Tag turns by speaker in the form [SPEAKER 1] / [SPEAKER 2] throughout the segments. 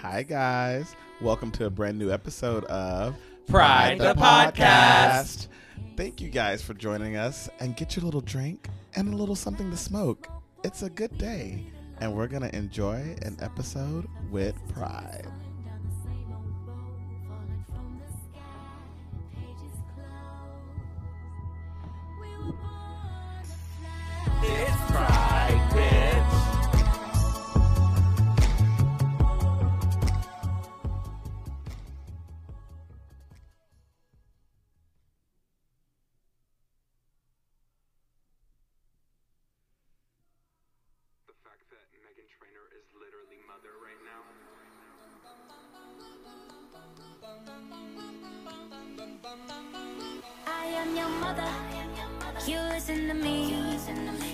[SPEAKER 1] Hi, guys. Welcome to a brand new episode of
[SPEAKER 2] Pride the Podcast.
[SPEAKER 1] Thank you guys for joining us and get your little drink and a little something to smoke. It's a good day, and we're going to enjoy an episode with Pride.
[SPEAKER 3] The fact that Megan Trainor is literally mother right now.
[SPEAKER 4] I am your mother. You listen to me.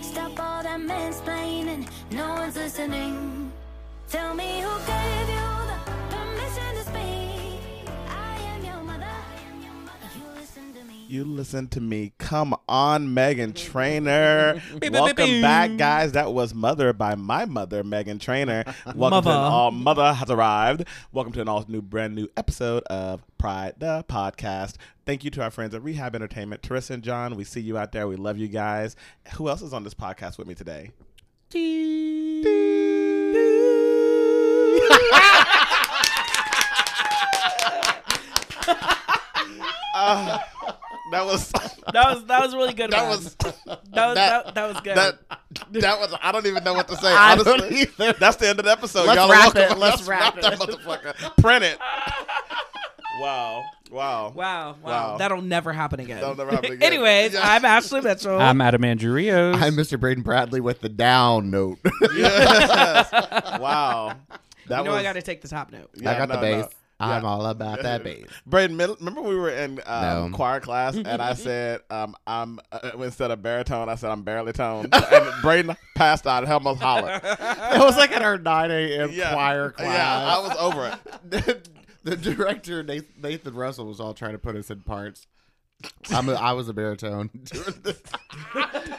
[SPEAKER 4] Stop all that mansplaining. No one's listening. Tell me who gave you the permission to speak. I am your mother. You listen to me.
[SPEAKER 1] You listen to me. Come on, Megan Trainer.
[SPEAKER 2] beep,
[SPEAKER 1] Welcome
[SPEAKER 2] beep.
[SPEAKER 1] back, guys. That was Mother by my mother, Megan Trainer. Welcome to an
[SPEAKER 2] Mother.
[SPEAKER 1] all Mother has arrived. Welcome to an all new brand new episode of Pride the Podcast. Thank you to our friends at Rehab Entertainment, Teresa and John. We see you out there. We love you guys. Who else is on this podcast with me today? Ah, that was
[SPEAKER 2] That was that was really good.
[SPEAKER 1] that
[SPEAKER 2] Ron.
[SPEAKER 1] was
[SPEAKER 2] that was
[SPEAKER 1] that-
[SPEAKER 2] that, that was good.
[SPEAKER 1] that that was I don't even know what to say.
[SPEAKER 2] I
[SPEAKER 1] Honestly,
[SPEAKER 2] don't
[SPEAKER 1] that's the end of the episode.
[SPEAKER 2] Let's
[SPEAKER 1] Y'all
[SPEAKER 2] wrap
[SPEAKER 1] are welcome.
[SPEAKER 2] it. Let's wrap
[SPEAKER 1] that
[SPEAKER 2] it.
[SPEAKER 1] motherfucker. Print it. wow. Wow.
[SPEAKER 2] wow, wow,
[SPEAKER 1] Wow.
[SPEAKER 2] That'll never happen again.
[SPEAKER 1] That'll never happen again.
[SPEAKER 2] Anyways,
[SPEAKER 1] Yeah.
[SPEAKER 2] I'm Ashley Mitchell.
[SPEAKER 5] I'm Adam Andrios.
[SPEAKER 6] I'm Mr. Braden Bradley with the down note.
[SPEAKER 1] Yes. wow. That
[SPEAKER 2] you know
[SPEAKER 1] was.
[SPEAKER 2] I got to take the top note.
[SPEAKER 1] yeah,
[SPEAKER 6] I got
[SPEAKER 1] no,
[SPEAKER 6] the bass.
[SPEAKER 1] no.
[SPEAKER 6] I'm
[SPEAKER 1] Yeah.
[SPEAKER 6] all about that bass.
[SPEAKER 1] Braden, mil- remember we were in um,
[SPEAKER 6] No.
[SPEAKER 1] choir class and I said um, I'm uh, instead of baritone, I said I'm barely toned. and Braden passed out and almost hollered.
[SPEAKER 6] It was like at our 9 a.m.
[SPEAKER 1] Yeah.
[SPEAKER 6] choir
[SPEAKER 1] Yeah, I
[SPEAKER 6] class.
[SPEAKER 1] was over it.
[SPEAKER 6] the director Nath- Nathan Russell was all trying to put us in parts. I'm a, I was a baritone.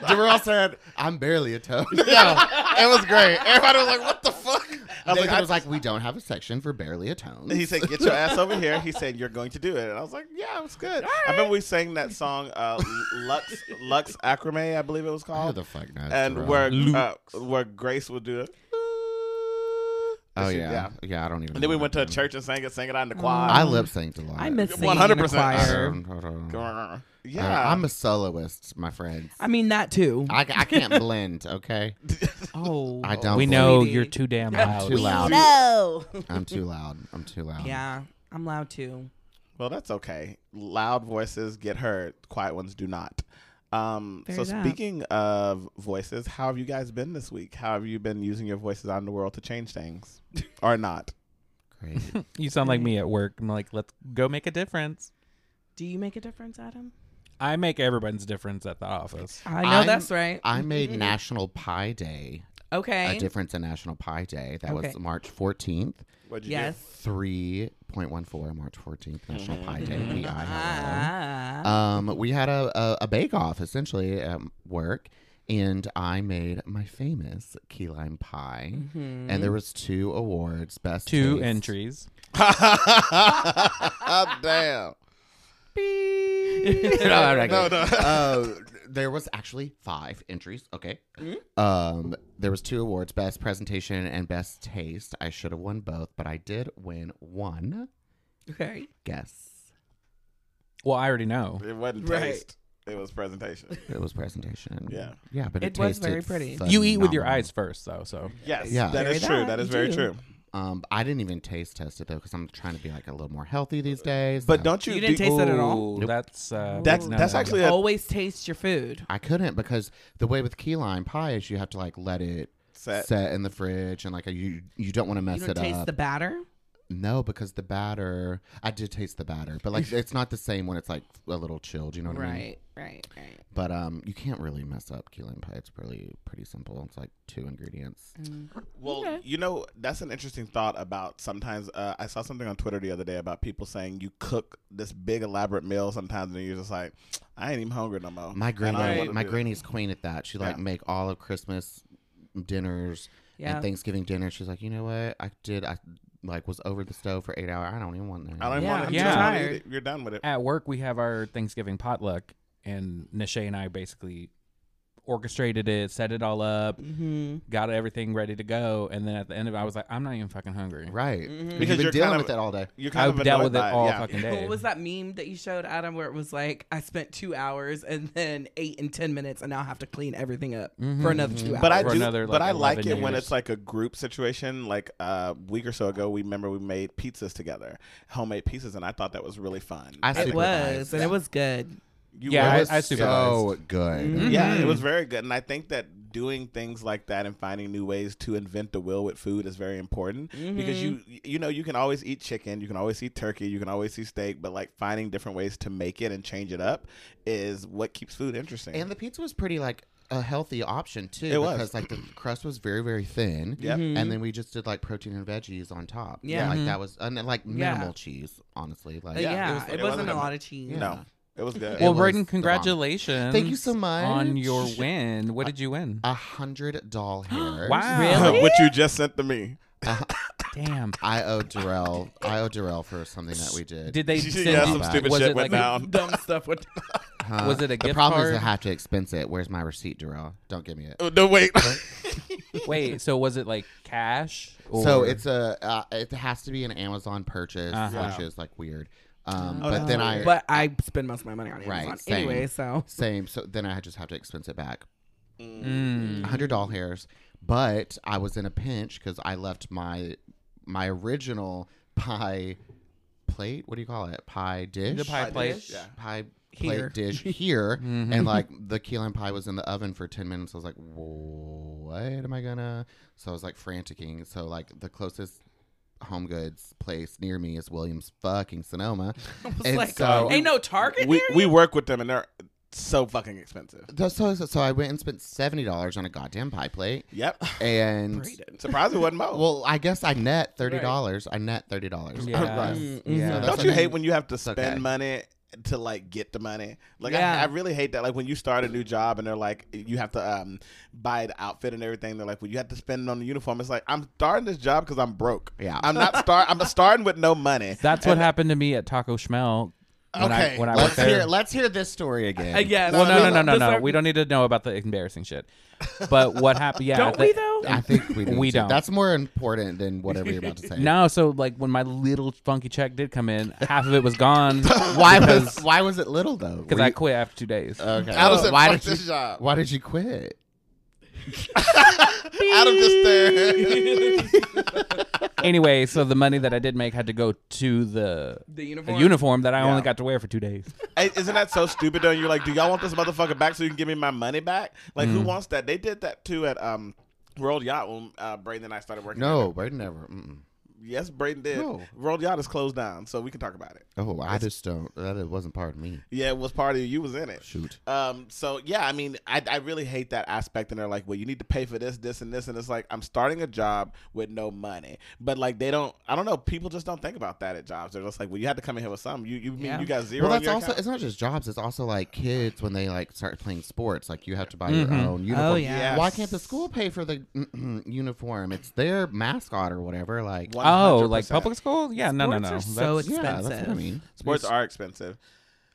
[SPEAKER 6] Darrell said, "I'm barely a tone."
[SPEAKER 1] It was great. Everybody was like, "What the fuck?" I was
[SPEAKER 6] Nathan
[SPEAKER 1] like, I-
[SPEAKER 6] was like, "We don't have a section for barely a tone."
[SPEAKER 1] And he said, "Get your ass over here." He said, "You're going to do it," and I was like, "Yeah, it was good." I remember we sang that song, uh, Lux Lux Acrame, I believe it was
[SPEAKER 6] "Who
[SPEAKER 1] called,
[SPEAKER 6] the fuck knows?"
[SPEAKER 1] and
[SPEAKER 6] Darrell?
[SPEAKER 1] where uh, where Grace would do it.
[SPEAKER 6] Oh
[SPEAKER 1] she-
[SPEAKER 6] yeah.
[SPEAKER 1] yeah.
[SPEAKER 6] yeah, I don't
[SPEAKER 1] And
[SPEAKER 6] even.
[SPEAKER 1] then
[SPEAKER 6] know
[SPEAKER 1] we
[SPEAKER 6] what
[SPEAKER 1] went to a
[SPEAKER 6] that is.
[SPEAKER 1] church and sang it, sang it out in the choir.
[SPEAKER 6] I lip synced a lot.
[SPEAKER 2] I miss singing 100 in a
[SPEAKER 1] 100%.
[SPEAKER 2] choir.
[SPEAKER 1] Um,
[SPEAKER 6] Um, I
[SPEAKER 1] Grr.
[SPEAKER 6] Yeah,
[SPEAKER 1] Yeah,
[SPEAKER 6] Uh, I'm a soloist, my friends.
[SPEAKER 2] I mean that too.
[SPEAKER 6] I, I can't blend, okay?
[SPEAKER 2] oh,
[SPEAKER 6] I don't
[SPEAKER 5] we know
[SPEAKER 2] Sweetie.
[SPEAKER 5] you're too damn loud.
[SPEAKER 6] Too loud.
[SPEAKER 2] No.
[SPEAKER 6] I'm too loud. I'm too loud.
[SPEAKER 2] Yeah, I'm loud too.
[SPEAKER 1] well, that's okay. Loud voices get heard. Quiet ones do not. Um,
[SPEAKER 2] Fair
[SPEAKER 1] so
[SPEAKER 2] that.
[SPEAKER 1] speaking of voices, how have you guys been this week? How have you been using your voices out in the world to change things, or not?
[SPEAKER 6] Great.
[SPEAKER 5] You sound like me at work. I'm like, let's go make a difference.
[SPEAKER 2] Do you make a difference, Adam?
[SPEAKER 5] I make everyone's difference at the office.
[SPEAKER 2] I know
[SPEAKER 6] I'm-
[SPEAKER 2] that's right.
[SPEAKER 6] I made National Pie Day
[SPEAKER 2] okay.
[SPEAKER 6] a difference in National Pie Day. That
[SPEAKER 2] Okay.
[SPEAKER 6] was March 14th,
[SPEAKER 1] What'd you do?
[SPEAKER 2] yes.
[SPEAKER 6] 3.14, March 14th, National Pie Day. P-I-L-L.
[SPEAKER 2] Ah.
[SPEAKER 6] Um, we had a, a, a bake off essentially at work, and I made my famous key lime pie.
[SPEAKER 2] Mm-hmm.
[SPEAKER 6] And there was two awards: best
[SPEAKER 5] Two
[SPEAKER 6] taste-
[SPEAKER 5] entries.
[SPEAKER 1] Damn.
[SPEAKER 6] no, I'm not
[SPEAKER 1] No,
[SPEAKER 6] kidding. Uh, there was actually five entries. Okay. Um, there was two awards: best presentation and best taste. I should have won both, but I did win one.
[SPEAKER 2] okay.
[SPEAKER 6] Guess
[SPEAKER 5] Well, I already know.
[SPEAKER 1] It wasn't
[SPEAKER 2] Right.
[SPEAKER 1] taste. It was presentation.
[SPEAKER 6] it was presentation.
[SPEAKER 1] Yeah.
[SPEAKER 6] yeah, but it,
[SPEAKER 2] It was very
[SPEAKER 6] tasted
[SPEAKER 2] pretty.
[SPEAKER 5] You eat with your
[SPEAKER 6] phenomenal.
[SPEAKER 5] eyes first, though. So
[SPEAKER 1] Yes,
[SPEAKER 6] Yeah.
[SPEAKER 1] that
[SPEAKER 2] Very
[SPEAKER 1] is true.
[SPEAKER 2] that,
[SPEAKER 1] That is
[SPEAKER 2] you
[SPEAKER 1] very
[SPEAKER 2] do.
[SPEAKER 1] true.
[SPEAKER 6] Um, I didn't even taste test it though because I'm trying to be like a little more healthy these days.
[SPEAKER 1] But
[SPEAKER 6] so-
[SPEAKER 1] don't you,
[SPEAKER 2] You didn't
[SPEAKER 1] do-
[SPEAKER 2] taste it at all.
[SPEAKER 5] Ooh, that's uh,
[SPEAKER 1] That's
[SPEAKER 5] no.
[SPEAKER 1] that's actually a
[SPEAKER 2] Always taste your food.
[SPEAKER 6] I couldn't because the way with key lime pie is you have to like let it
[SPEAKER 1] set.
[SPEAKER 6] set, in the fridge and like you you don't want to mess
[SPEAKER 2] You don't
[SPEAKER 6] it
[SPEAKER 2] taste
[SPEAKER 6] up.
[SPEAKER 2] the batter.
[SPEAKER 6] No, because the batter, I did taste the batter, but like it's not the same when it's like a little chilled. You know what I mean?
[SPEAKER 2] Right. Right. Right.
[SPEAKER 6] But um, you can't really mess up key lime pie. It's pretty pretty simple. It's like two ingredients.
[SPEAKER 1] Well, you know, that's an interesting thought about sometimes. Uh, I saw something on Twitter the other day about people saying you cook this big elaborate meal sometimes, and you're just like, I ain't even hungry no more.
[SPEAKER 6] My
[SPEAKER 1] And I don't
[SPEAKER 6] granny,
[SPEAKER 1] wanna
[SPEAKER 6] my
[SPEAKER 1] do it.
[SPEAKER 6] granny's queen at that. She like
[SPEAKER 1] Yeah.
[SPEAKER 6] make all of Christmas dinners
[SPEAKER 2] Yeah.
[SPEAKER 6] and Thanksgiving dinners. She's like, you know what? I did. I like was over the stove for eight hours. I don't even want that.
[SPEAKER 1] I don't even
[SPEAKER 2] Yeah,
[SPEAKER 1] want
[SPEAKER 5] I'm
[SPEAKER 1] to.
[SPEAKER 5] too
[SPEAKER 2] tired.
[SPEAKER 1] You're done with it.
[SPEAKER 5] At work, we have our Thanksgiving potluck, and Nishay and I basically orchestrated it, set it all up,
[SPEAKER 2] Mm-hmm.
[SPEAKER 5] got everything ready to go, and then at the end of it, I was like, I'm not even fucking hungry.
[SPEAKER 6] Right.
[SPEAKER 2] Mm.
[SPEAKER 5] Mm-hmm.
[SPEAKER 1] Because
[SPEAKER 6] Because you've
[SPEAKER 1] you're
[SPEAKER 6] been dealing
[SPEAKER 1] kind of-
[SPEAKER 6] with it all day.
[SPEAKER 1] You're kind
[SPEAKER 5] I've
[SPEAKER 1] of
[SPEAKER 5] dealt
[SPEAKER 1] annoyed
[SPEAKER 5] with it
[SPEAKER 1] by
[SPEAKER 5] all
[SPEAKER 1] Yeah.
[SPEAKER 5] fucking day.
[SPEAKER 2] What was that meme that you showed, Adam, where it was like, I spent two hours and then eight and 10 minutes, and now I have to clean everything up
[SPEAKER 5] Mm-hmm.
[SPEAKER 2] for another two hours?
[SPEAKER 1] Mm-hmm. But I
[SPEAKER 5] for
[SPEAKER 1] do.
[SPEAKER 5] another,
[SPEAKER 1] but
[SPEAKER 5] like,
[SPEAKER 1] I like it
[SPEAKER 5] 11
[SPEAKER 1] when
[SPEAKER 5] years.
[SPEAKER 1] it's like a group situation. Like uh, a week or so ago, we remember we made pizzas together, homemade pizzas, and I thought that was really fun.
[SPEAKER 6] I
[SPEAKER 2] It
[SPEAKER 6] supervised.
[SPEAKER 2] was, and it was good.
[SPEAKER 1] You
[SPEAKER 5] Yeah,
[SPEAKER 1] were-
[SPEAKER 5] I-
[SPEAKER 6] it was
[SPEAKER 5] I
[SPEAKER 6] so
[SPEAKER 5] supervised.
[SPEAKER 6] good.
[SPEAKER 2] Mm-hmm.
[SPEAKER 1] yeah, it was
[SPEAKER 6] Mm-hmm.
[SPEAKER 1] very good, and I think that doing things like that and finding new ways to invent the wheel with food is very important because you you know you can always eat chicken, you can always eat turkey, you can always eat steak, but like finding different ways to make it and change it up is what keeps food interesting.
[SPEAKER 6] And the pizza was pretty like a healthy option too.
[SPEAKER 1] It was.
[SPEAKER 6] because like the crust was very very thin.
[SPEAKER 1] Yep.
[SPEAKER 6] And then we just did like protein and veggies on top.
[SPEAKER 2] Mm-hmm. Yeah. Mm-hmm.
[SPEAKER 6] Like that was and like minimal
[SPEAKER 2] Yeah.
[SPEAKER 6] cheese, honestly. Like
[SPEAKER 2] But
[SPEAKER 1] it was-
[SPEAKER 2] yeah, it, was,
[SPEAKER 1] it wasn't
[SPEAKER 2] not a
[SPEAKER 1] a-
[SPEAKER 2] lot of cheese.
[SPEAKER 1] no, it was good.
[SPEAKER 6] It
[SPEAKER 5] Well,
[SPEAKER 6] was the
[SPEAKER 5] Braden,
[SPEAKER 6] bomb.
[SPEAKER 5] congratulations.
[SPEAKER 6] Thank you so much.
[SPEAKER 5] On your win. What did you win?
[SPEAKER 6] a hundred doll hairs.
[SPEAKER 5] Wow.
[SPEAKER 2] Really?
[SPEAKER 1] what you just sent to me.
[SPEAKER 5] Damn.
[SPEAKER 6] I owe Darrell. I owe Darrell for something that we did.
[SPEAKER 5] Did they
[SPEAKER 1] Yeah,
[SPEAKER 5] send
[SPEAKER 1] some
[SPEAKER 5] you,
[SPEAKER 1] stupid
[SPEAKER 5] was
[SPEAKER 1] shit
[SPEAKER 5] it
[SPEAKER 1] went
[SPEAKER 5] like,
[SPEAKER 1] down.
[SPEAKER 2] Dumb stuff. With-
[SPEAKER 6] Huh?
[SPEAKER 5] was it a
[SPEAKER 6] the
[SPEAKER 5] gift
[SPEAKER 6] problem
[SPEAKER 5] card?
[SPEAKER 6] is I have to expense it. Where's my receipt, Darrell? Don't give me it.
[SPEAKER 1] Oh, No wait.
[SPEAKER 5] Wait, so was it like cash? Or
[SPEAKER 6] So it's a. Uh, it has to be an Amazon purchase,
[SPEAKER 1] Uh-huh.
[SPEAKER 6] which is like weird. Um,
[SPEAKER 1] Oh,
[SPEAKER 6] but then I
[SPEAKER 2] but I spend most of my money on Amazon
[SPEAKER 6] Right, same.
[SPEAKER 2] anyway, so.
[SPEAKER 6] same. So then I just have to expense it back.
[SPEAKER 5] Mm.
[SPEAKER 6] hundred doll hairs. But I was in a pinch because I left my my original pie plate. What do you call it? Pie dish.
[SPEAKER 5] the pie plate.
[SPEAKER 1] Yeah.
[SPEAKER 6] Pie
[SPEAKER 2] Here.
[SPEAKER 6] plate dish here, and like the key lime pie was in the oven for ten minutes. I was like, what am I gonna? So I was like franticing. So like the closest. Home goods place near me is Williams fucking Sonoma. and
[SPEAKER 2] like,
[SPEAKER 6] so
[SPEAKER 2] ain't no Target
[SPEAKER 1] we
[SPEAKER 2] here?
[SPEAKER 1] we work with them and they're so fucking expensive.
[SPEAKER 6] That's so, so I went and spent seventy dollars on a goddamn pie plate,
[SPEAKER 1] Yep.
[SPEAKER 6] and
[SPEAKER 2] Braden.
[SPEAKER 1] Surprised it wasn't Mo.
[SPEAKER 6] Well, I guess I net thirty dollars. I net thirty dollars.
[SPEAKER 5] Yeah. Yeah.
[SPEAKER 6] So that's
[SPEAKER 1] Don't you
[SPEAKER 6] what I
[SPEAKER 1] hate
[SPEAKER 6] mean.
[SPEAKER 1] when you have to spend
[SPEAKER 6] Mm-hmm. okay.
[SPEAKER 1] money to like get the money? Like I,
[SPEAKER 2] Yeah.
[SPEAKER 1] I really hate that. Like when you start a new job and they're like, you have to um buy the outfit and everything. They're like, well, you have to spend on the uniform. It's like I'm starting this job because I'm broke.
[SPEAKER 6] Yeah.
[SPEAKER 1] I'm not start. I'm starting with no money.
[SPEAKER 5] That's what happened to me at Taco Schmel when
[SPEAKER 1] Okay,
[SPEAKER 5] I when I
[SPEAKER 6] Let's
[SPEAKER 5] worked there.
[SPEAKER 6] hear. Let's hear this story again.
[SPEAKER 2] I guess.
[SPEAKER 5] well, no, no, no, no,
[SPEAKER 2] Does
[SPEAKER 5] no.
[SPEAKER 2] that-
[SPEAKER 5] We don't need to know about the embarrassing shit. But what happened? Yeah,
[SPEAKER 2] Don't
[SPEAKER 5] the-
[SPEAKER 2] we, though?
[SPEAKER 6] I think we need
[SPEAKER 5] We
[SPEAKER 6] to.
[SPEAKER 5] don't.
[SPEAKER 6] That's more important than whatever you're about to say.
[SPEAKER 5] No, so like when my little funky check did come in, half of it was gone
[SPEAKER 6] Why was Why was it little though?
[SPEAKER 5] because
[SPEAKER 6] Were
[SPEAKER 5] I
[SPEAKER 6] you-
[SPEAKER 5] quit after two days.
[SPEAKER 6] Okay.
[SPEAKER 1] Allison,
[SPEAKER 6] why
[SPEAKER 1] fuck
[SPEAKER 6] did
[SPEAKER 1] this
[SPEAKER 6] you,
[SPEAKER 1] job.
[SPEAKER 6] Why did you quit?
[SPEAKER 1] Out of just there.
[SPEAKER 5] anyway, so the money that I did make had to go to the
[SPEAKER 2] The
[SPEAKER 5] a
[SPEAKER 2] uniform.
[SPEAKER 5] uniform that I
[SPEAKER 1] Yeah.
[SPEAKER 5] only got to wear for two days.
[SPEAKER 1] Hey, Isn't that so stupid? Though you're like, do y'all want this motherfucker back so you can give me my money back? Like,
[SPEAKER 6] Mm.
[SPEAKER 1] who wants that? They did that too at um World Yacht when uh, Braden and I started working.
[SPEAKER 6] No, Braden never. Mm-mm.
[SPEAKER 1] Yes, Braden did.
[SPEAKER 6] No.
[SPEAKER 1] World Yacht is closed down, so we can talk about it.
[SPEAKER 6] Oh, I just don't. That it wasn't part of me.
[SPEAKER 1] Yeah, it was part of you. You was in it.
[SPEAKER 6] Shoot.
[SPEAKER 1] Um, so yeah, I mean, I, I really hate that aspect, and they're like, well, you need to pay for this, this, and this, and it's like I'm starting a job with no money, but like they don't, I don't know, people just don't think about that at jobs. They're just like, well, you had to come in here with some. You you mean
[SPEAKER 2] Yeah.
[SPEAKER 1] you got zero?
[SPEAKER 6] Well,
[SPEAKER 1] on
[SPEAKER 6] that's
[SPEAKER 1] your
[SPEAKER 6] also.
[SPEAKER 1] account?
[SPEAKER 6] It's not just jobs. It's also like kids when they like start playing sports. Like you have to buy your own uniform.
[SPEAKER 2] Oh, yeah.
[SPEAKER 1] Yes.
[SPEAKER 6] Why can't the school pay for the uniform? It's their mascot or whatever. Like,
[SPEAKER 5] Oh, like
[SPEAKER 1] 100%.
[SPEAKER 5] public school? Yeah, no, no, no.
[SPEAKER 2] Sports are so
[SPEAKER 5] That's-
[SPEAKER 2] Oh, expensive.
[SPEAKER 6] yeah, that's what I mean.
[SPEAKER 1] Sports are expensive.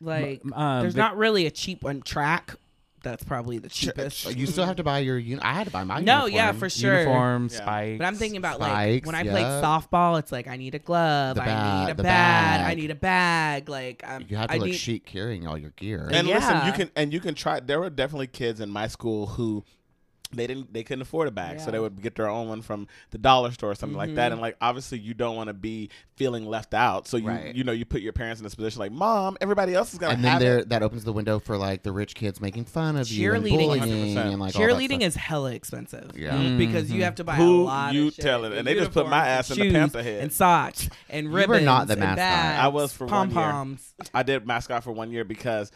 [SPEAKER 2] Like,
[SPEAKER 5] M- um,
[SPEAKER 2] there's
[SPEAKER 5] Vic-
[SPEAKER 2] not really a cheap one. Track, that's probably the cheapest.
[SPEAKER 6] uh, You still have to buy your uni- I had to buy my
[SPEAKER 2] no,
[SPEAKER 6] uniform.
[SPEAKER 2] yeah, for sure.
[SPEAKER 5] uniform,
[SPEAKER 1] Yeah.
[SPEAKER 5] spikes.
[SPEAKER 2] But I'm thinking about like
[SPEAKER 6] Spikes,
[SPEAKER 2] when I
[SPEAKER 6] yeah.
[SPEAKER 2] played softball, it's like I need a glove,
[SPEAKER 6] The
[SPEAKER 2] I
[SPEAKER 6] ba-
[SPEAKER 2] need a
[SPEAKER 6] the
[SPEAKER 2] bat, I
[SPEAKER 6] bag.
[SPEAKER 2] need a bag. Like um,
[SPEAKER 6] You have to
[SPEAKER 2] I
[SPEAKER 6] look
[SPEAKER 2] need,
[SPEAKER 6] chic carrying all your gear.
[SPEAKER 1] And listen, you
[SPEAKER 2] Yeah.
[SPEAKER 1] can and you can try. There were definitely kids in my school who they didn't they couldn't afford a bag, so
[SPEAKER 2] Yeah. Mm-hmm.
[SPEAKER 1] they would get their own one from the dollar store or something like that. And like obviously, you don't want to be feeling left out, so you
[SPEAKER 6] Right.
[SPEAKER 1] you know you put your parents in this position like, mom, everybody else is gonna
[SPEAKER 6] And then
[SPEAKER 1] have
[SPEAKER 6] there,
[SPEAKER 1] it.
[SPEAKER 6] that opens the window for like the rich kids making fun of you and
[SPEAKER 2] Cheerleading.
[SPEAKER 6] bullying
[SPEAKER 1] 100%.
[SPEAKER 6] and like all that
[SPEAKER 2] Cheerleading is hella expensive. Mm-hmm.
[SPEAKER 6] Yeah.
[SPEAKER 2] Because you have to buy a
[SPEAKER 1] Who
[SPEAKER 2] lot
[SPEAKER 1] you
[SPEAKER 2] of shit.
[SPEAKER 1] telling? And they just put
[SPEAKER 2] Uniforms
[SPEAKER 1] my
[SPEAKER 2] and
[SPEAKER 1] ass in the
[SPEAKER 2] shoes
[SPEAKER 1] Panther head.
[SPEAKER 2] And socks and
[SPEAKER 6] were
[SPEAKER 2] ribbons.
[SPEAKER 6] not the
[SPEAKER 2] and
[SPEAKER 6] mascot.
[SPEAKER 2] bags,
[SPEAKER 1] I was for one year.
[SPEAKER 2] pom-poms.
[SPEAKER 1] I did mascot for one year because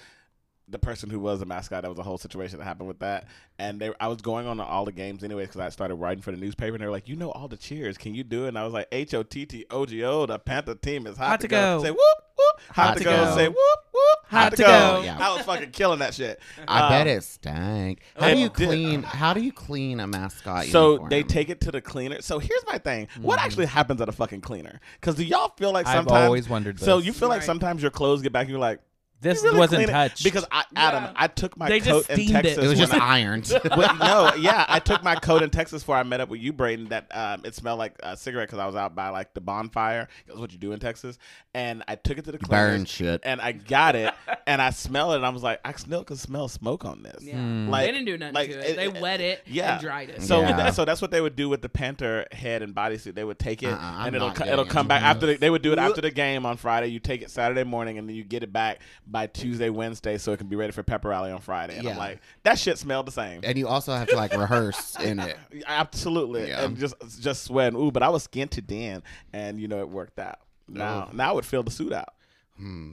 [SPEAKER 1] the person who was a mascot, that was a whole situation that happened with that. And they, I was going on to all the games anyways because I started writing for the newspaper. And they were like, "You know all the cheers, can you do it?" And I was like, "H O T T O G O, the Panther team is hot,
[SPEAKER 2] Hot to go.
[SPEAKER 1] Say whoop whoop, hot, to go. Say whoop whoop,
[SPEAKER 2] Hot
[SPEAKER 1] to
[SPEAKER 2] to
[SPEAKER 1] go.
[SPEAKER 2] go.
[SPEAKER 6] Yeah.
[SPEAKER 1] I was fucking killing that shit.
[SPEAKER 6] I
[SPEAKER 1] Uh,
[SPEAKER 6] bet it stank. How
[SPEAKER 1] it
[SPEAKER 6] do you
[SPEAKER 1] did.
[SPEAKER 6] clean? How do you clean a mascot?
[SPEAKER 1] So
[SPEAKER 6] uniform?
[SPEAKER 1] they take it to the cleaner. So here's my thing: what actually happens at a fucking cleaner? Because do y'all feel like
[SPEAKER 5] I've
[SPEAKER 1] sometimes?
[SPEAKER 5] always wondered
[SPEAKER 1] So
[SPEAKER 5] this.
[SPEAKER 1] you feel like
[SPEAKER 2] Right.
[SPEAKER 1] sometimes your clothes get back, and you're like,
[SPEAKER 5] This
[SPEAKER 1] "You really
[SPEAKER 5] wasn't
[SPEAKER 1] clean it?"
[SPEAKER 5] touched.
[SPEAKER 1] Because I, Adam,
[SPEAKER 2] Yeah.
[SPEAKER 1] I took my
[SPEAKER 2] They
[SPEAKER 1] coat
[SPEAKER 2] just
[SPEAKER 1] in
[SPEAKER 2] steamed it.
[SPEAKER 1] Texas.
[SPEAKER 6] It was
[SPEAKER 1] when
[SPEAKER 6] just
[SPEAKER 1] I-
[SPEAKER 6] ironed.
[SPEAKER 1] Well, no, yeah, I took my coat in Texas before I met up with you, Braden. That um, it smelled like a cigarette because I was out by like the bonfire. That's what you do in Texas. And I took it to the cleaners,
[SPEAKER 6] Burn shit.
[SPEAKER 1] and I got it, and I smelled it. and I was like, I still can smell smoke on this.
[SPEAKER 2] Yeah.
[SPEAKER 6] Hmm.
[SPEAKER 1] Like-
[SPEAKER 2] they didn't do nothing
[SPEAKER 1] like,
[SPEAKER 2] to it. They
[SPEAKER 1] it-
[SPEAKER 2] wet it
[SPEAKER 1] yeah.
[SPEAKER 2] and dried it.
[SPEAKER 1] So
[SPEAKER 6] Yeah.
[SPEAKER 1] that, so that's what they would do with the Panther head and bodysuit. They would take it
[SPEAKER 6] Uh-uh, I'm
[SPEAKER 1] and it'll
[SPEAKER 6] not
[SPEAKER 1] co- it'll
[SPEAKER 6] getting
[SPEAKER 1] come
[SPEAKER 6] it.
[SPEAKER 1] back after the, they would do it after the game on Friday. You take it Saturday morning and then you get it back by Tuesday, Wednesday, so it can be ready for Pepper Rally on Friday. And I'm
[SPEAKER 6] Yeah.
[SPEAKER 1] like, that shit smelled the same.
[SPEAKER 6] and you also have to like rehearse in it.
[SPEAKER 1] Absolutely,
[SPEAKER 6] Yeah.
[SPEAKER 1] and just just sweating. Ooh, but I was skin to Dan, and you know it worked out. Now, now I would fill the suit out. nah,
[SPEAKER 6] Hmm.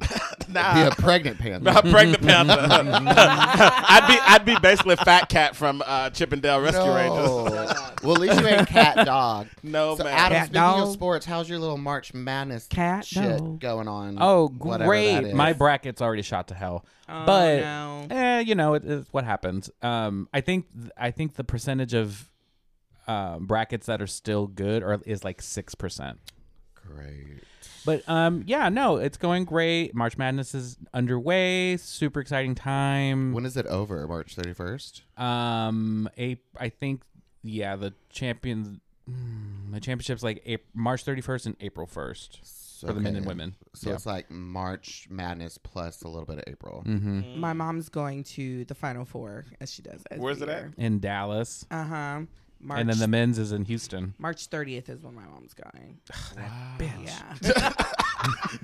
[SPEAKER 6] Be a pregnant panther.
[SPEAKER 1] I pregnant panther. I'd be I'd be basically fat cat from uh, Chippendale Rescue Rangers.
[SPEAKER 6] well, at least you ain't cat dog.
[SPEAKER 1] No
[SPEAKER 6] so
[SPEAKER 1] man.
[SPEAKER 6] Adam,
[SPEAKER 2] Cat
[SPEAKER 6] speaking of
[SPEAKER 2] dog.
[SPEAKER 6] sports, how's your little March Madness
[SPEAKER 2] Cat
[SPEAKER 6] shit
[SPEAKER 2] dog.
[SPEAKER 6] going on?
[SPEAKER 5] Oh,
[SPEAKER 6] Whatever that
[SPEAKER 5] great!
[SPEAKER 6] is.
[SPEAKER 5] My bracket's already shot to hell.
[SPEAKER 2] Oh,
[SPEAKER 5] but
[SPEAKER 2] no.
[SPEAKER 5] eh, you know, it, it's what happens. Um, I think I think the percentage of um, brackets that are still good or is like six percent.
[SPEAKER 6] great.
[SPEAKER 5] But um, yeah, no, it's going great. March Madness is underway. Super exciting time.
[SPEAKER 6] When is it over? March thirty first.
[SPEAKER 5] Um, April, I think yeah, the champions, mm, the championships like April, March thirty first and April first for the men and women.
[SPEAKER 6] So
[SPEAKER 5] yeah.
[SPEAKER 6] it's like March Madness plus a little bit of April.
[SPEAKER 5] hmm
[SPEAKER 1] Mm.
[SPEAKER 2] My mom's going to the Final Four as she does. Every
[SPEAKER 1] Where's it at?
[SPEAKER 5] in Dallas,
[SPEAKER 2] Uh huh. March.
[SPEAKER 5] and then the men's is in Houston.
[SPEAKER 2] March 30th is when my mom's going. Yeah.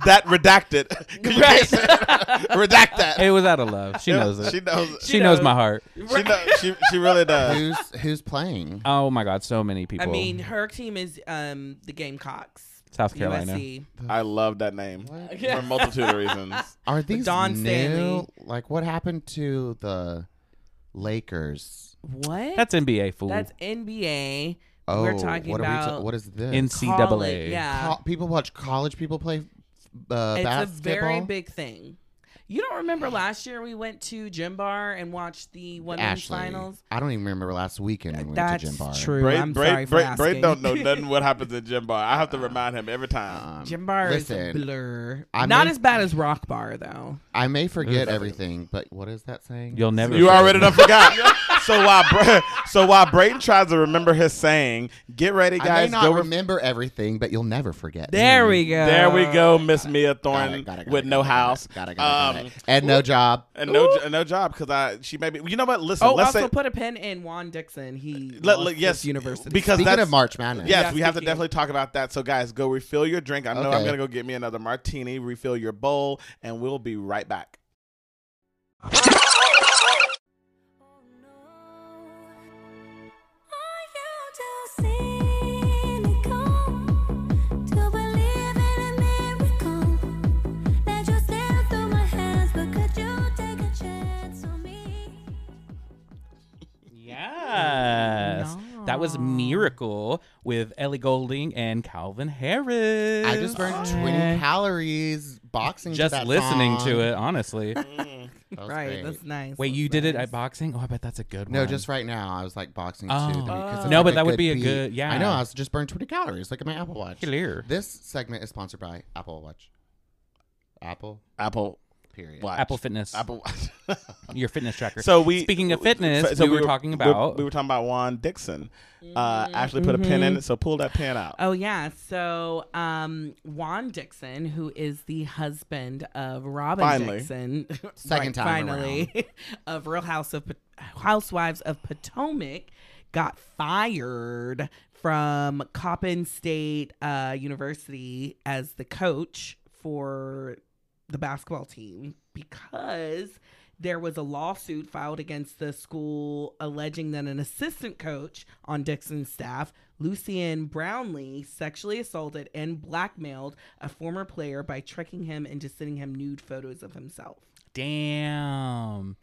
[SPEAKER 1] that redacted. 'Cause you can't say- redact that.
[SPEAKER 5] It was out of love. She knows it.
[SPEAKER 1] She
[SPEAKER 5] She,
[SPEAKER 1] knows. it.
[SPEAKER 2] She
[SPEAKER 5] knows
[SPEAKER 2] knows.
[SPEAKER 5] my heart.
[SPEAKER 1] She, know, she, she really does.
[SPEAKER 6] who's who's playing?
[SPEAKER 5] Oh my God, so many
[SPEAKER 2] I
[SPEAKER 5] people.
[SPEAKER 2] mean, her team is um the Gamecocks.
[SPEAKER 5] South Carolina.
[SPEAKER 2] USC.
[SPEAKER 1] I love that name for a multitude of reasons.
[SPEAKER 6] Are these
[SPEAKER 2] Don
[SPEAKER 6] new?
[SPEAKER 2] Stanley.
[SPEAKER 6] Like what happened to the Lakers?
[SPEAKER 2] What?
[SPEAKER 5] that's NBA fool.
[SPEAKER 2] That's NBA.
[SPEAKER 6] Oh,
[SPEAKER 2] We're talking
[SPEAKER 6] what
[SPEAKER 2] about
[SPEAKER 6] Are we ta- what is this?
[SPEAKER 5] NCAA.
[SPEAKER 2] college- Yeah.
[SPEAKER 6] Co- people watch college people play uh,
[SPEAKER 2] it's a
[SPEAKER 6] basketball.
[SPEAKER 2] very big thing. You don't remember last year we went to Gym Bar and watched the women's
[SPEAKER 6] Ashley,
[SPEAKER 2] finals?
[SPEAKER 6] I don't even remember last weekend when we went
[SPEAKER 2] That's
[SPEAKER 6] to gym bar.
[SPEAKER 2] true. I'm
[SPEAKER 1] Braid,
[SPEAKER 2] sorry
[SPEAKER 1] Braid,
[SPEAKER 2] for
[SPEAKER 1] Braid,
[SPEAKER 2] asking.
[SPEAKER 1] Braid don't know nothing what happens in gym bar. I have to remind him every time.
[SPEAKER 6] Um,
[SPEAKER 2] Gym Bar is
[SPEAKER 6] listen, Uh,
[SPEAKER 2] a blur.
[SPEAKER 6] I
[SPEAKER 2] Not
[SPEAKER 6] may-
[SPEAKER 2] as bad as Rock Bar though.
[SPEAKER 6] I may forget everything, but what is that saying?
[SPEAKER 5] You'll never.
[SPEAKER 1] you
[SPEAKER 5] forget.
[SPEAKER 1] already done forgot. so while Bra- so while Brayden tries to remember his saying, get ready,
[SPEAKER 6] I may
[SPEAKER 1] guys.
[SPEAKER 6] not
[SPEAKER 1] Go.
[SPEAKER 6] remember everything, but you'll never forget.
[SPEAKER 2] There
[SPEAKER 6] me.
[SPEAKER 2] we go.
[SPEAKER 1] there we go, Miss Mia
[SPEAKER 6] Got it,
[SPEAKER 1] Thorne
[SPEAKER 6] got it, got
[SPEAKER 1] with
[SPEAKER 6] it,
[SPEAKER 1] no
[SPEAKER 6] got it,
[SPEAKER 1] house.
[SPEAKER 6] Got it, got it, got
[SPEAKER 1] Um,
[SPEAKER 6] it. And no job.
[SPEAKER 1] And no, and no job because I she may be. You know what? Listen,
[SPEAKER 2] Oh,
[SPEAKER 1] let's
[SPEAKER 2] also
[SPEAKER 1] say
[SPEAKER 2] put a pin in Juan Dixon. He
[SPEAKER 1] Let-
[SPEAKER 2] let,
[SPEAKER 1] let- yes,
[SPEAKER 2] university
[SPEAKER 1] because
[SPEAKER 6] Speaking
[SPEAKER 1] that's
[SPEAKER 6] of March Madness,
[SPEAKER 1] Yes,
[SPEAKER 2] Yeah,
[SPEAKER 1] we have to
[SPEAKER 2] speaking.
[SPEAKER 1] definitely talk about that. So, guys, go refill your drink. I know I'm
[SPEAKER 6] Okay.
[SPEAKER 1] going to go get me another martini, refill your bowl, and we'll be right back.
[SPEAKER 4] Oh,
[SPEAKER 5] Yes. That was Miracle with Ellie Golding and Calvin Harris.
[SPEAKER 6] I just burned 20 calories boxing. to
[SPEAKER 5] Just
[SPEAKER 6] that
[SPEAKER 5] listening
[SPEAKER 6] song.
[SPEAKER 5] to it, honestly.
[SPEAKER 6] That was
[SPEAKER 2] right.
[SPEAKER 6] great.
[SPEAKER 2] That's nice.
[SPEAKER 5] Wait,
[SPEAKER 2] that's
[SPEAKER 5] you did it
[SPEAKER 2] nice.
[SPEAKER 5] at boxing? Oh, I bet that's a good one.
[SPEAKER 1] Um,
[SPEAKER 6] No, just right now. I was like boxing
[SPEAKER 5] Oh.
[SPEAKER 6] too. because it's
[SPEAKER 5] No,
[SPEAKER 6] like
[SPEAKER 5] but
[SPEAKER 6] a
[SPEAKER 5] that would be a
[SPEAKER 6] beat.
[SPEAKER 5] good- yeah.
[SPEAKER 6] I know. I was just burned 20 calories. Look at my Apple Watch.
[SPEAKER 5] Clear.
[SPEAKER 6] This segment is sponsored by Apple Watch. Apple.
[SPEAKER 1] Apple
[SPEAKER 6] Period.
[SPEAKER 1] Watch.
[SPEAKER 5] Apple Fitness.
[SPEAKER 1] Apple Watch.
[SPEAKER 5] Your fitness tracker.
[SPEAKER 1] so we
[SPEAKER 5] Speaking of fitness, we, were, talking about Mm-hmm.
[SPEAKER 1] we, were talking about Juan Dixon. Uh, actually, put a pin in it. So pull that pin out.
[SPEAKER 2] Oh yeah, so um, Juan Dixon, who is the husband of Robin
[SPEAKER 1] Finally.
[SPEAKER 2] Dixon,
[SPEAKER 6] Second time
[SPEAKER 2] finally, of Real House of Pot- Housewives of Potomac, got fired from Coppin State uh, University as the coach for the basketball team because there was a lawsuit filed against the school alleging that an assistant coach on Dixon's staff, Lucien Brownlee, sexually assaulted and blackmailed a former player by tricking him into sending him nude photos of himself.
[SPEAKER 5] damn.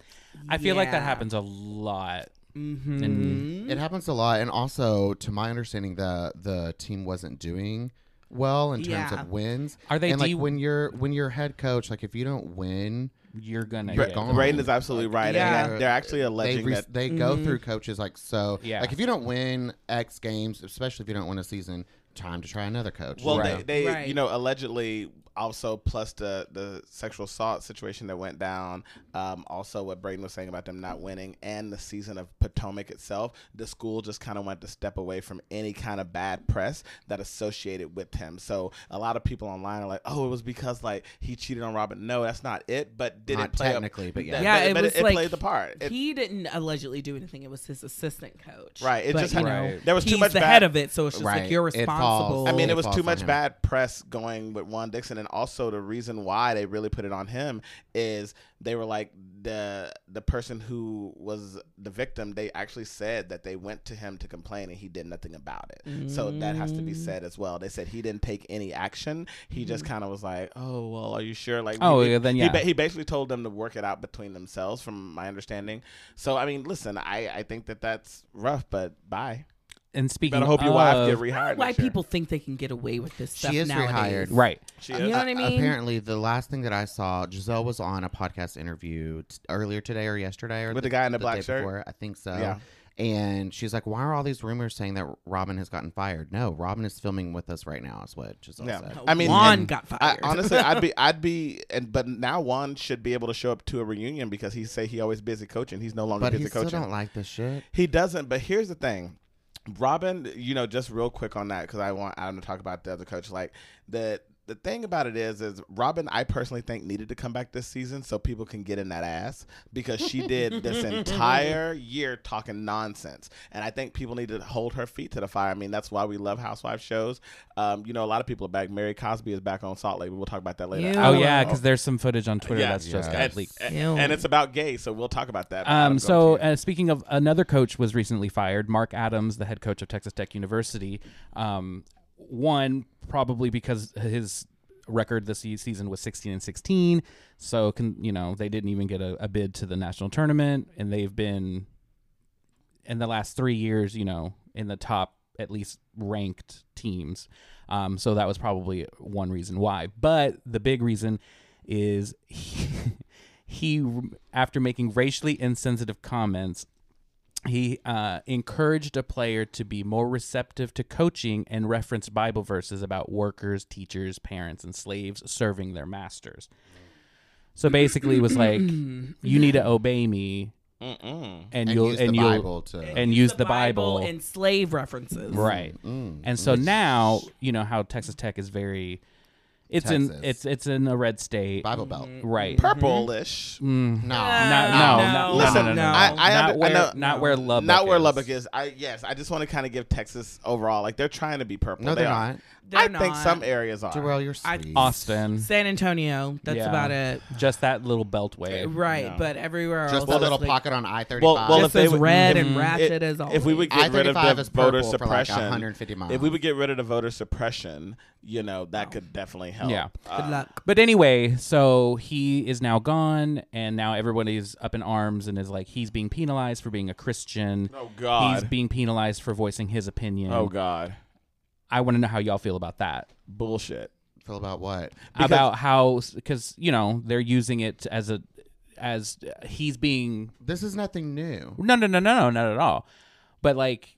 [SPEAKER 5] I feel like that
[SPEAKER 2] Yeah.
[SPEAKER 5] happens a lot.
[SPEAKER 2] Mm-hmm.
[SPEAKER 5] And-
[SPEAKER 6] It happens a lot, and also to my understanding, the the team wasn't doing well in terms
[SPEAKER 2] Yeah.
[SPEAKER 6] of wins.
[SPEAKER 5] Are they
[SPEAKER 6] And like
[SPEAKER 5] D-
[SPEAKER 6] when you're when you're head coach, like if you don't win
[SPEAKER 5] you're gonna
[SPEAKER 6] You're
[SPEAKER 5] get.
[SPEAKER 6] gone.
[SPEAKER 1] Braden is absolutely right.
[SPEAKER 2] Yeah.
[SPEAKER 1] And they're, they're actually
[SPEAKER 6] They
[SPEAKER 1] alleging
[SPEAKER 6] re-
[SPEAKER 1] that
[SPEAKER 6] Oh.
[SPEAKER 1] Mm-hmm.
[SPEAKER 6] they go through coaches like so.
[SPEAKER 5] Yeah.
[SPEAKER 6] Like if you don't win X games, especially if you don't win a season, time to try another coach.
[SPEAKER 1] Well,
[SPEAKER 5] Right.
[SPEAKER 1] they, they
[SPEAKER 2] Right.
[SPEAKER 1] you know, allegedly also plus the the sexual assault situation that went down. Um, also, what Braden was saying about them not winning and the season of Potomac itself, the school just kind of wanted to step away from any kind of bad press that associated with him. So a lot of people online are like, "Oh, it was because like he cheated on Robin." No, that's not it. But did
[SPEAKER 6] Not
[SPEAKER 1] it play a-
[SPEAKER 6] technically, but yeah.
[SPEAKER 1] that-
[SPEAKER 2] Yeah,
[SPEAKER 1] but,
[SPEAKER 2] it
[SPEAKER 1] but
[SPEAKER 2] was
[SPEAKER 1] it,
[SPEAKER 2] like
[SPEAKER 1] played the part. It-
[SPEAKER 2] he didn't allegedly do anything. It was his assistant coach.
[SPEAKER 1] Right, it
[SPEAKER 2] But,
[SPEAKER 1] just
[SPEAKER 2] you
[SPEAKER 1] had-
[SPEAKER 2] know,
[SPEAKER 5] Right.
[SPEAKER 1] there was
[SPEAKER 2] he's
[SPEAKER 1] too much
[SPEAKER 2] the
[SPEAKER 1] bad-
[SPEAKER 2] head of it, so it's just
[SPEAKER 6] Right.
[SPEAKER 2] like you're
[SPEAKER 6] It falls.
[SPEAKER 2] responsible.
[SPEAKER 1] I mean,
[SPEAKER 6] It
[SPEAKER 1] it was
[SPEAKER 6] falls
[SPEAKER 1] too
[SPEAKER 6] on
[SPEAKER 1] much
[SPEAKER 6] him.
[SPEAKER 1] bad press going with Juan Dixon, and also the reason why they really put it on him is they were like the the person who was the victim. They actually said that they went to him to complain, and he did nothing about it. So that has to be
[SPEAKER 5] Mm.
[SPEAKER 1] said as well. They said he didn't take any action. He just kind of was like, "Oh well, are you sure?" Like,
[SPEAKER 5] Oh,
[SPEAKER 1] he-
[SPEAKER 5] yeah, then
[SPEAKER 1] he
[SPEAKER 5] yeah.
[SPEAKER 1] ba- he basically told them to work it out between themselves, from my understanding. So I mean, listen, I I think that that's rough, but bye.
[SPEAKER 5] And speaking,
[SPEAKER 1] Better hope your
[SPEAKER 5] of,
[SPEAKER 1] wife get
[SPEAKER 2] I don't
[SPEAKER 1] rehired.
[SPEAKER 2] know why
[SPEAKER 1] next year.
[SPEAKER 2] people think they can get away with this stuff
[SPEAKER 6] She is
[SPEAKER 2] nowadays.
[SPEAKER 6] rehired.
[SPEAKER 5] right.
[SPEAKER 1] She
[SPEAKER 2] You know
[SPEAKER 1] is-
[SPEAKER 2] what I mean?
[SPEAKER 6] Apparently, the last thing that I saw, Giselle was on a podcast interview t- earlier today or yesterday, or
[SPEAKER 1] With the guy in the black
[SPEAKER 6] day
[SPEAKER 1] shirt?
[SPEAKER 6] Before, I think so.
[SPEAKER 1] Yeah.
[SPEAKER 6] And she's like, "Why are all these rumors saying that Robin has gotten fired? No, Robin is filming with us right now." Is what Giselle
[SPEAKER 1] Yeah.
[SPEAKER 6] said.
[SPEAKER 1] I mean,
[SPEAKER 2] Juan
[SPEAKER 1] and
[SPEAKER 2] got
[SPEAKER 1] I,
[SPEAKER 2] fired.
[SPEAKER 1] honestly, I'd be, I'd be, and but now Juan should be able to show up to a reunion because he say he always busy coaching. He's no longer
[SPEAKER 6] But
[SPEAKER 1] busy
[SPEAKER 6] he still
[SPEAKER 1] coaching.
[SPEAKER 6] don't like this shit.
[SPEAKER 1] He doesn't. But here's the thing, Robin. You know, just real quick on that because I want Adam to talk about the other coach. Like the the thing about it is, is Robin. I personally think needed to come back this season so people can get in that ass because she did this entire year talking nonsense, and I think people need to hold her feet to the fire. I mean, that's why we love housewife shows. Um, you know, a lot of people are back. Mary Cosby is back on Salt Lake. We'll talk about that later.
[SPEAKER 2] Ew.
[SPEAKER 1] I-
[SPEAKER 5] Oh yeah, because there's some footage on Twitter
[SPEAKER 1] Yeah.
[SPEAKER 5] that's just
[SPEAKER 6] Yeah.
[SPEAKER 5] got leaked.
[SPEAKER 1] and,
[SPEAKER 2] Ew.
[SPEAKER 1] and it's about gay, so we'll talk about that. Adam,
[SPEAKER 5] Um,
[SPEAKER 1] go
[SPEAKER 5] so,
[SPEAKER 1] to you.
[SPEAKER 5] uh, speaking of another coach was recently fired, Mark Adams, the head coach of Texas Tech University. Um, one probably because his record this se- season was 16 and 16, so can you know they didn't even get a, a bid to the national tournament, and they've been in the last three years, you know, in the top at least ranked teams. Um, so that was probably one reason why. But the big reason is he, he after making racially insensitive comments, he uh, encouraged a player to be more receptive to coaching and referenced Bible verses about workers, teachers, parents, and slaves serving their masters. So basically, it was like, you need to obey me,
[SPEAKER 1] Mm-mm.
[SPEAKER 5] and,
[SPEAKER 6] And
[SPEAKER 5] you'll
[SPEAKER 6] use
[SPEAKER 5] and
[SPEAKER 6] the
[SPEAKER 5] you'll
[SPEAKER 6] Bible to-
[SPEAKER 5] and use the, Bible,
[SPEAKER 2] and slave references.
[SPEAKER 5] right
[SPEAKER 6] Mm,
[SPEAKER 5] and so now you know how texas tech is very it's
[SPEAKER 6] Texas.
[SPEAKER 5] in it's it's in a red state
[SPEAKER 6] Bible Belt.
[SPEAKER 5] right Mm-hmm. Mm.
[SPEAKER 1] purplish.
[SPEAKER 6] No.
[SPEAKER 5] not, no, no,
[SPEAKER 1] Listen,
[SPEAKER 5] no, no, no.
[SPEAKER 1] I, I
[SPEAKER 5] not
[SPEAKER 1] under-
[SPEAKER 5] where,
[SPEAKER 1] I know-
[SPEAKER 5] not where Lubbock,
[SPEAKER 1] not where
[SPEAKER 5] is.
[SPEAKER 1] Lubbock is. I yes, I just want to kind of give Texas overall like they're trying to be purple.
[SPEAKER 6] No,
[SPEAKER 1] They
[SPEAKER 6] they're
[SPEAKER 1] are.
[SPEAKER 6] not.
[SPEAKER 1] I
[SPEAKER 2] They're
[SPEAKER 1] think
[SPEAKER 2] not.
[SPEAKER 1] some areas are.
[SPEAKER 6] Darrell, you're
[SPEAKER 2] I-
[SPEAKER 6] sweet.
[SPEAKER 5] Austin,
[SPEAKER 2] San Antonio. That's
[SPEAKER 5] Yeah.
[SPEAKER 2] about it.
[SPEAKER 5] just that little beltway.
[SPEAKER 2] Right,
[SPEAKER 1] No.
[SPEAKER 2] but everywhere
[SPEAKER 6] Just
[SPEAKER 2] else,
[SPEAKER 6] a
[SPEAKER 2] it's
[SPEAKER 6] little
[SPEAKER 2] like-
[SPEAKER 6] pocket on I thirty
[SPEAKER 1] Well,
[SPEAKER 6] five.
[SPEAKER 1] well,
[SPEAKER 2] Just
[SPEAKER 1] if they
[SPEAKER 2] as
[SPEAKER 1] would-
[SPEAKER 2] red
[SPEAKER 1] if-
[SPEAKER 2] and ratchet as
[SPEAKER 1] If we would
[SPEAKER 6] I
[SPEAKER 1] get rid of
[SPEAKER 6] thirty-five
[SPEAKER 1] the
[SPEAKER 6] is purple
[SPEAKER 1] voter
[SPEAKER 6] for, like,
[SPEAKER 1] suppression,
[SPEAKER 6] 150
[SPEAKER 1] if we
[SPEAKER 6] miles.
[SPEAKER 1] would get rid of the voter suppression, you know that could definitely help. Uh,
[SPEAKER 5] Yeah.
[SPEAKER 2] Good luck.
[SPEAKER 5] But anyway, so he is now gone, and now everyone is up in arms and is like, he's being penalized for being a Christian.
[SPEAKER 1] Oh, God.
[SPEAKER 5] he's being penalized for voicing his opinion.
[SPEAKER 1] Oh God,
[SPEAKER 5] I want to know how y'all feel about that.
[SPEAKER 1] bullshit.
[SPEAKER 6] Feel about what?
[SPEAKER 5] about how because you know they're using it as a as he's being
[SPEAKER 6] This is nothing new.
[SPEAKER 5] no no no no no not at all but like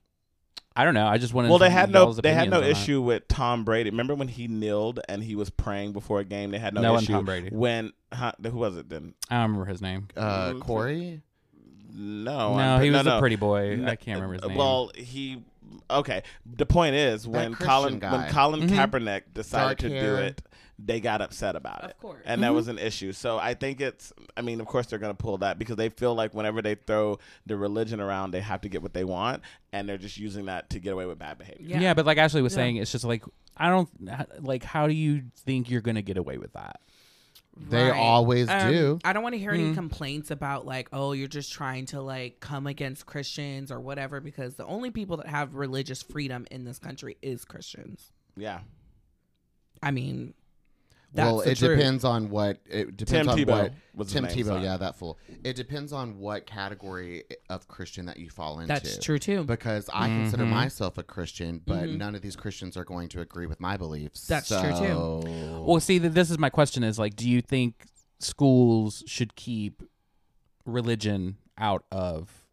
[SPEAKER 5] i don't know i just wanted
[SPEAKER 1] Well,
[SPEAKER 5] to
[SPEAKER 1] they had no
[SPEAKER 5] y'all's
[SPEAKER 1] they had no
[SPEAKER 5] opinions on
[SPEAKER 1] issue with Tom Brady. Remember when he kneeled and he was praying before a game? They had no,
[SPEAKER 5] No, and
[SPEAKER 1] issue.
[SPEAKER 5] Tom Brady.
[SPEAKER 1] When huh, who was it then?
[SPEAKER 5] that. i don't remember his name
[SPEAKER 6] Uh, Corey.
[SPEAKER 1] No,
[SPEAKER 5] no
[SPEAKER 1] Oh, I'm-
[SPEAKER 5] he was
[SPEAKER 1] no,
[SPEAKER 5] a
[SPEAKER 1] no.
[SPEAKER 5] pretty boy
[SPEAKER 1] No,
[SPEAKER 5] i can't remember his
[SPEAKER 1] uh,
[SPEAKER 5] name
[SPEAKER 1] Well, he okay. The point is when
[SPEAKER 6] Christian
[SPEAKER 1] Colin
[SPEAKER 6] guy.
[SPEAKER 1] when Colin
[SPEAKER 5] Mm-hmm.
[SPEAKER 1] Kaepernick decided
[SPEAKER 6] Dark
[SPEAKER 1] to do
[SPEAKER 6] hair.
[SPEAKER 1] it, they got upset about it.
[SPEAKER 2] course.
[SPEAKER 1] And
[SPEAKER 5] Mm-hmm.
[SPEAKER 1] that was an issue. So I think it's I mean, of course they're gonna pull that because they feel like whenever they throw the religion around they have to get what they want and they're just using that to get away with bad behavior.
[SPEAKER 5] yeah. but like ashley was saying it's just like i don't like how do you think you're gonna get away with that
[SPEAKER 6] They
[SPEAKER 2] Right.
[SPEAKER 6] always
[SPEAKER 2] Um,
[SPEAKER 6] do.
[SPEAKER 2] I don't want to hear
[SPEAKER 5] Mm-hmm.
[SPEAKER 2] any complaints about like, oh, you're just trying to like come against Christians or whatever, because the only people that have religious freedom in this country is Christians.
[SPEAKER 1] Yeah.
[SPEAKER 2] I mean, that's
[SPEAKER 6] Well,
[SPEAKER 2] the
[SPEAKER 6] it
[SPEAKER 2] truth.
[SPEAKER 6] depends on what it depends
[SPEAKER 1] Tim
[SPEAKER 6] on
[SPEAKER 1] Tebow
[SPEAKER 6] what
[SPEAKER 1] was his
[SPEAKER 6] Tim
[SPEAKER 1] name,
[SPEAKER 6] Tebow.
[SPEAKER 1] sorry.
[SPEAKER 6] Yeah, that fool. It depends on what category of Christian that you fall into.
[SPEAKER 2] That's true Mm-hmm. too.
[SPEAKER 6] Because I consider myself a Christian, but none of these Christians are going to agree with my beliefs.
[SPEAKER 2] That's true, too.
[SPEAKER 6] So-
[SPEAKER 5] well see th- this is my question is like do you think schools should keep religion out of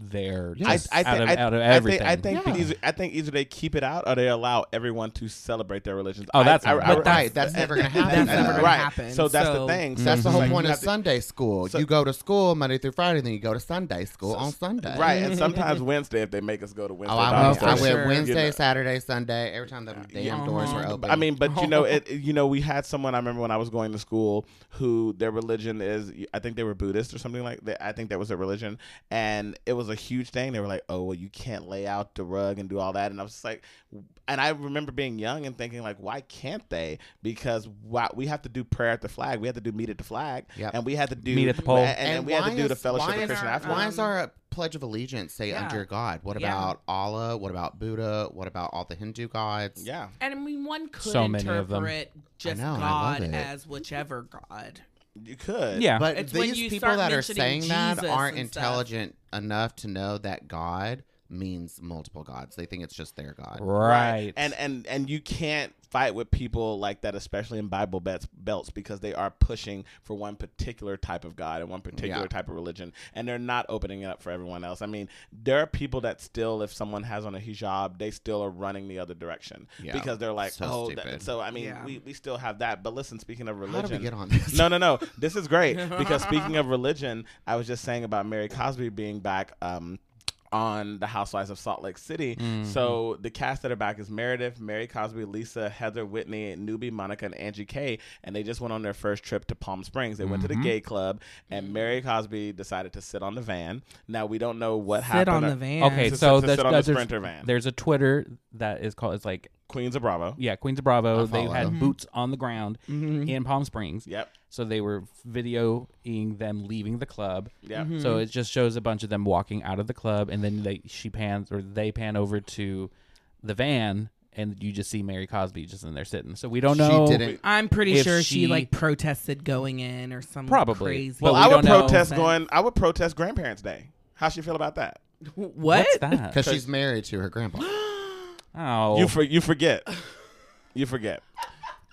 [SPEAKER 5] their
[SPEAKER 1] I,
[SPEAKER 5] just
[SPEAKER 1] I,
[SPEAKER 5] out,
[SPEAKER 1] think,
[SPEAKER 5] of,
[SPEAKER 1] I,
[SPEAKER 5] out of
[SPEAKER 1] I
[SPEAKER 5] everything.
[SPEAKER 1] think I think
[SPEAKER 5] Yeah.
[SPEAKER 1] either, I think either they keep it out or they allow everyone to celebrate their religion.
[SPEAKER 5] Oh, that's
[SPEAKER 1] I, I,
[SPEAKER 5] not
[SPEAKER 1] I,
[SPEAKER 5] right.
[SPEAKER 6] right, that's never gonna
[SPEAKER 2] That's
[SPEAKER 6] happen.
[SPEAKER 2] never gonna
[SPEAKER 1] right.
[SPEAKER 2] happen. Mm-hmm.
[SPEAKER 1] So that's
[SPEAKER 2] So-
[SPEAKER 1] the thing. So
[SPEAKER 6] That's the
[SPEAKER 1] it's
[SPEAKER 6] whole
[SPEAKER 1] like
[SPEAKER 6] point
[SPEAKER 1] you
[SPEAKER 6] of
[SPEAKER 1] have to-
[SPEAKER 6] Sunday school.
[SPEAKER 1] So-
[SPEAKER 6] you go to school Monday through Friday, then you go to Sunday school on Sunday.
[SPEAKER 1] Right, and sometimes Wednesday if they make us go to Wednesday.
[SPEAKER 6] Oh,
[SPEAKER 1] Bible
[SPEAKER 6] I went, I
[SPEAKER 1] study.
[SPEAKER 6] went
[SPEAKER 2] sure. Uh-huh.
[SPEAKER 6] Wednesday,
[SPEAKER 1] You know.
[SPEAKER 6] Saturday, Sunday. Every time the damn doors were open.
[SPEAKER 1] I mean, but you know, it, you know, we had someone I remember when I was going to school who their religion is, I think they were Buddhist or something like that. I think that was their religion, and it was a huge thing. They were like, "Oh, well, you can't lay out the rug and do all that," and I was just like, and I remember being young and thinking like, "Why can't they?" Because why, we have to do prayer at the flag, we have to do meet at the flag,
[SPEAKER 6] Yep.
[SPEAKER 1] and we had to do
[SPEAKER 5] Meet at the
[SPEAKER 6] Oh.
[SPEAKER 5] pole.
[SPEAKER 1] and, and we had to
[SPEAKER 6] why
[SPEAKER 1] do the
[SPEAKER 6] is-
[SPEAKER 1] fellowship
[SPEAKER 6] why
[SPEAKER 1] of
[SPEAKER 6] is
[SPEAKER 1] Christian
[SPEAKER 6] our-
[SPEAKER 1] After.
[SPEAKER 6] Why
[SPEAKER 2] um,
[SPEAKER 6] is our Pledge of Allegiance say
[SPEAKER 2] Yeah.
[SPEAKER 6] under God? What
[SPEAKER 2] Yeah.
[SPEAKER 6] about Allah? What about Buddha? What about all the Hindu gods?
[SPEAKER 1] yeah,
[SPEAKER 2] And I mean, one could
[SPEAKER 5] So many of them.
[SPEAKER 2] interpret just
[SPEAKER 6] I know, and I love
[SPEAKER 2] God
[SPEAKER 6] it.
[SPEAKER 2] as whichever God.
[SPEAKER 1] you could.
[SPEAKER 5] yeah.
[SPEAKER 6] But
[SPEAKER 2] It's when you
[SPEAKER 6] these people
[SPEAKER 2] start
[SPEAKER 6] that are
[SPEAKER 2] mentioning
[SPEAKER 6] saying that
[SPEAKER 2] Jesus
[SPEAKER 6] aren't
[SPEAKER 2] and stuff.
[SPEAKER 6] intelligent enough to know that God means multiple gods. They think it's just their God.
[SPEAKER 5] right.
[SPEAKER 1] and and and you can't fight with people like that especially in bible belts, belts because they are pushing for one particular type of god and one particular
[SPEAKER 6] Yeah.
[SPEAKER 1] type of religion and they're not opening it up for everyone else i mean there are people that still if someone has on a hijab they still are running the other direction
[SPEAKER 6] Yeah.
[SPEAKER 1] because they're like
[SPEAKER 6] So
[SPEAKER 1] oh
[SPEAKER 6] stupid.
[SPEAKER 1] that- so i mean
[SPEAKER 2] Yeah.
[SPEAKER 1] we, we still have that but listen speaking of religion
[SPEAKER 6] How did we get on this?
[SPEAKER 1] no, no, no. This is great because speaking of religion, I was just saying about Mary Cosby being back um, on The Housewives of Salt Lake City.
[SPEAKER 2] Mm-hmm.
[SPEAKER 1] So the cast that are back is Meredith, Mary Cosby, Lisa, Heather Whitney, Newbie, Monica, and Angie Kay. And they just went on their first trip to Palm Springs. They went
[SPEAKER 2] Mm-hmm.
[SPEAKER 1] to the gay club, and Mary Cosby decided to sit on the van. Now we don't know what
[SPEAKER 2] Sit
[SPEAKER 1] happened.
[SPEAKER 2] on the van.
[SPEAKER 5] okay,
[SPEAKER 1] To sit-
[SPEAKER 5] so
[SPEAKER 1] to
[SPEAKER 5] there's,
[SPEAKER 1] sit on the
[SPEAKER 5] there's-
[SPEAKER 1] Sprinter van.
[SPEAKER 5] there's a Twitter that is called it's like
[SPEAKER 1] Queens of Bravo.
[SPEAKER 5] yeah Queens of Bravo.
[SPEAKER 6] I
[SPEAKER 5] They
[SPEAKER 6] follow.
[SPEAKER 5] had
[SPEAKER 6] Mhm.
[SPEAKER 5] boots on the ground in Palm Springs.
[SPEAKER 1] Mm-hmm. Yep.
[SPEAKER 5] So they were videoing them leaving the club.
[SPEAKER 1] Yep.
[SPEAKER 5] So it just shows a bunch of them walking out of the club, and then they she pans or they pan over to the van, and you just see Mary Cosby just in there sitting. So we don't know.
[SPEAKER 6] She didn't.
[SPEAKER 2] I'm pretty
[SPEAKER 5] If
[SPEAKER 2] sure she,
[SPEAKER 5] she-
[SPEAKER 2] like protested going in or something
[SPEAKER 5] Probably.
[SPEAKER 2] crazy.
[SPEAKER 5] Well,
[SPEAKER 1] Well,
[SPEAKER 5] we
[SPEAKER 1] I would
[SPEAKER 5] don't know.
[SPEAKER 1] protest going. I would protest Grandparents' Day. How she feel about that?
[SPEAKER 2] what?
[SPEAKER 5] What's that?
[SPEAKER 6] Because she's married to her grandpa.
[SPEAKER 5] Oh,
[SPEAKER 1] You for, you forget. You forget.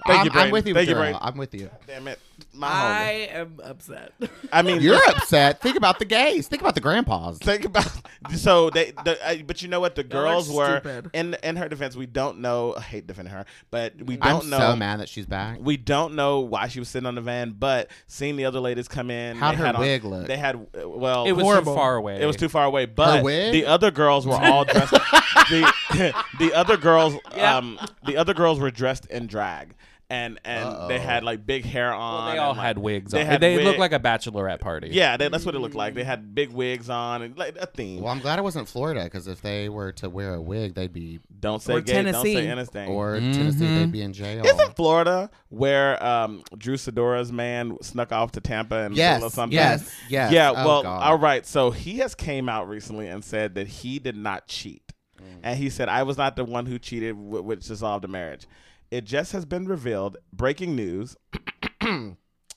[SPEAKER 1] Thank
[SPEAKER 6] I'm,
[SPEAKER 1] you,
[SPEAKER 6] I'm
[SPEAKER 1] Brayden.
[SPEAKER 6] with you,
[SPEAKER 1] Thank you,
[SPEAKER 6] girl.
[SPEAKER 1] Brayden.
[SPEAKER 6] I'm with you.
[SPEAKER 1] Damn it,
[SPEAKER 5] Oh.
[SPEAKER 1] my
[SPEAKER 2] I
[SPEAKER 1] homie.
[SPEAKER 2] am upset.
[SPEAKER 1] I mean,
[SPEAKER 6] You're
[SPEAKER 1] just
[SPEAKER 6] upset. Think about the gays. Think about the grandpas.
[SPEAKER 1] think about so they. The, uh, but you know what? The
[SPEAKER 2] are
[SPEAKER 1] girls were
[SPEAKER 2] stupid.
[SPEAKER 1] in in her defense. We don't know. I hate defending her, but we
[SPEAKER 6] I'm
[SPEAKER 1] don't know.
[SPEAKER 6] so mad that she's back.
[SPEAKER 1] We don't know why she was sitting on the van, but seeing the other ladies come in,
[SPEAKER 6] How'd
[SPEAKER 1] they
[SPEAKER 6] her
[SPEAKER 1] had on-
[SPEAKER 6] wig look?
[SPEAKER 1] They had uh, well,
[SPEAKER 5] it was
[SPEAKER 2] horrible.
[SPEAKER 5] too far away.
[SPEAKER 1] It was too far away, but
[SPEAKER 6] wig?
[SPEAKER 1] the other girls were all dressed. the, the other girls, um, the other girls were dressed in drag, and and they had like big hair on.
[SPEAKER 5] Well, they all
[SPEAKER 1] and, like,
[SPEAKER 5] had wigs.
[SPEAKER 1] They
[SPEAKER 5] on.
[SPEAKER 1] had
[SPEAKER 5] they
[SPEAKER 1] wig-
[SPEAKER 5] looked like a bachelorette party.
[SPEAKER 1] Yeah, they, that's what it looked like. They had big wigs on and like a theme.
[SPEAKER 6] Well, I'm glad it wasn't Florida because if they were to wear a wig, they'd be
[SPEAKER 1] don't say
[SPEAKER 2] Or
[SPEAKER 1] gay. Don't
[SPEAKER 2] Tennessee.
[SPEAKER 1] say anything.
[SPEAKER 6] or Tennessee, they'd be in jail.
[SPEAKER 1] isn't Florida where um, Drew Sidora's man snuck off to Tampa and
[SPEAKER 6] Yes,
[SPEAKER 1] or something?
[SPEAKER 6] yes, yes.
[SPEAKER 1] Yeah.
[SPEAKER 6] Oh,
[SPEAKER 1] well,
[SPEAKER 6] God.
[SPEAKER 1] all right. So he has came out recently and said that he did not cheat,
[SPEAKER 6] Mm.
[SPEAKER 1] and he said I was not the one who cheated, wh- which dissolved the marriage. It just has been revealed. Breaking news: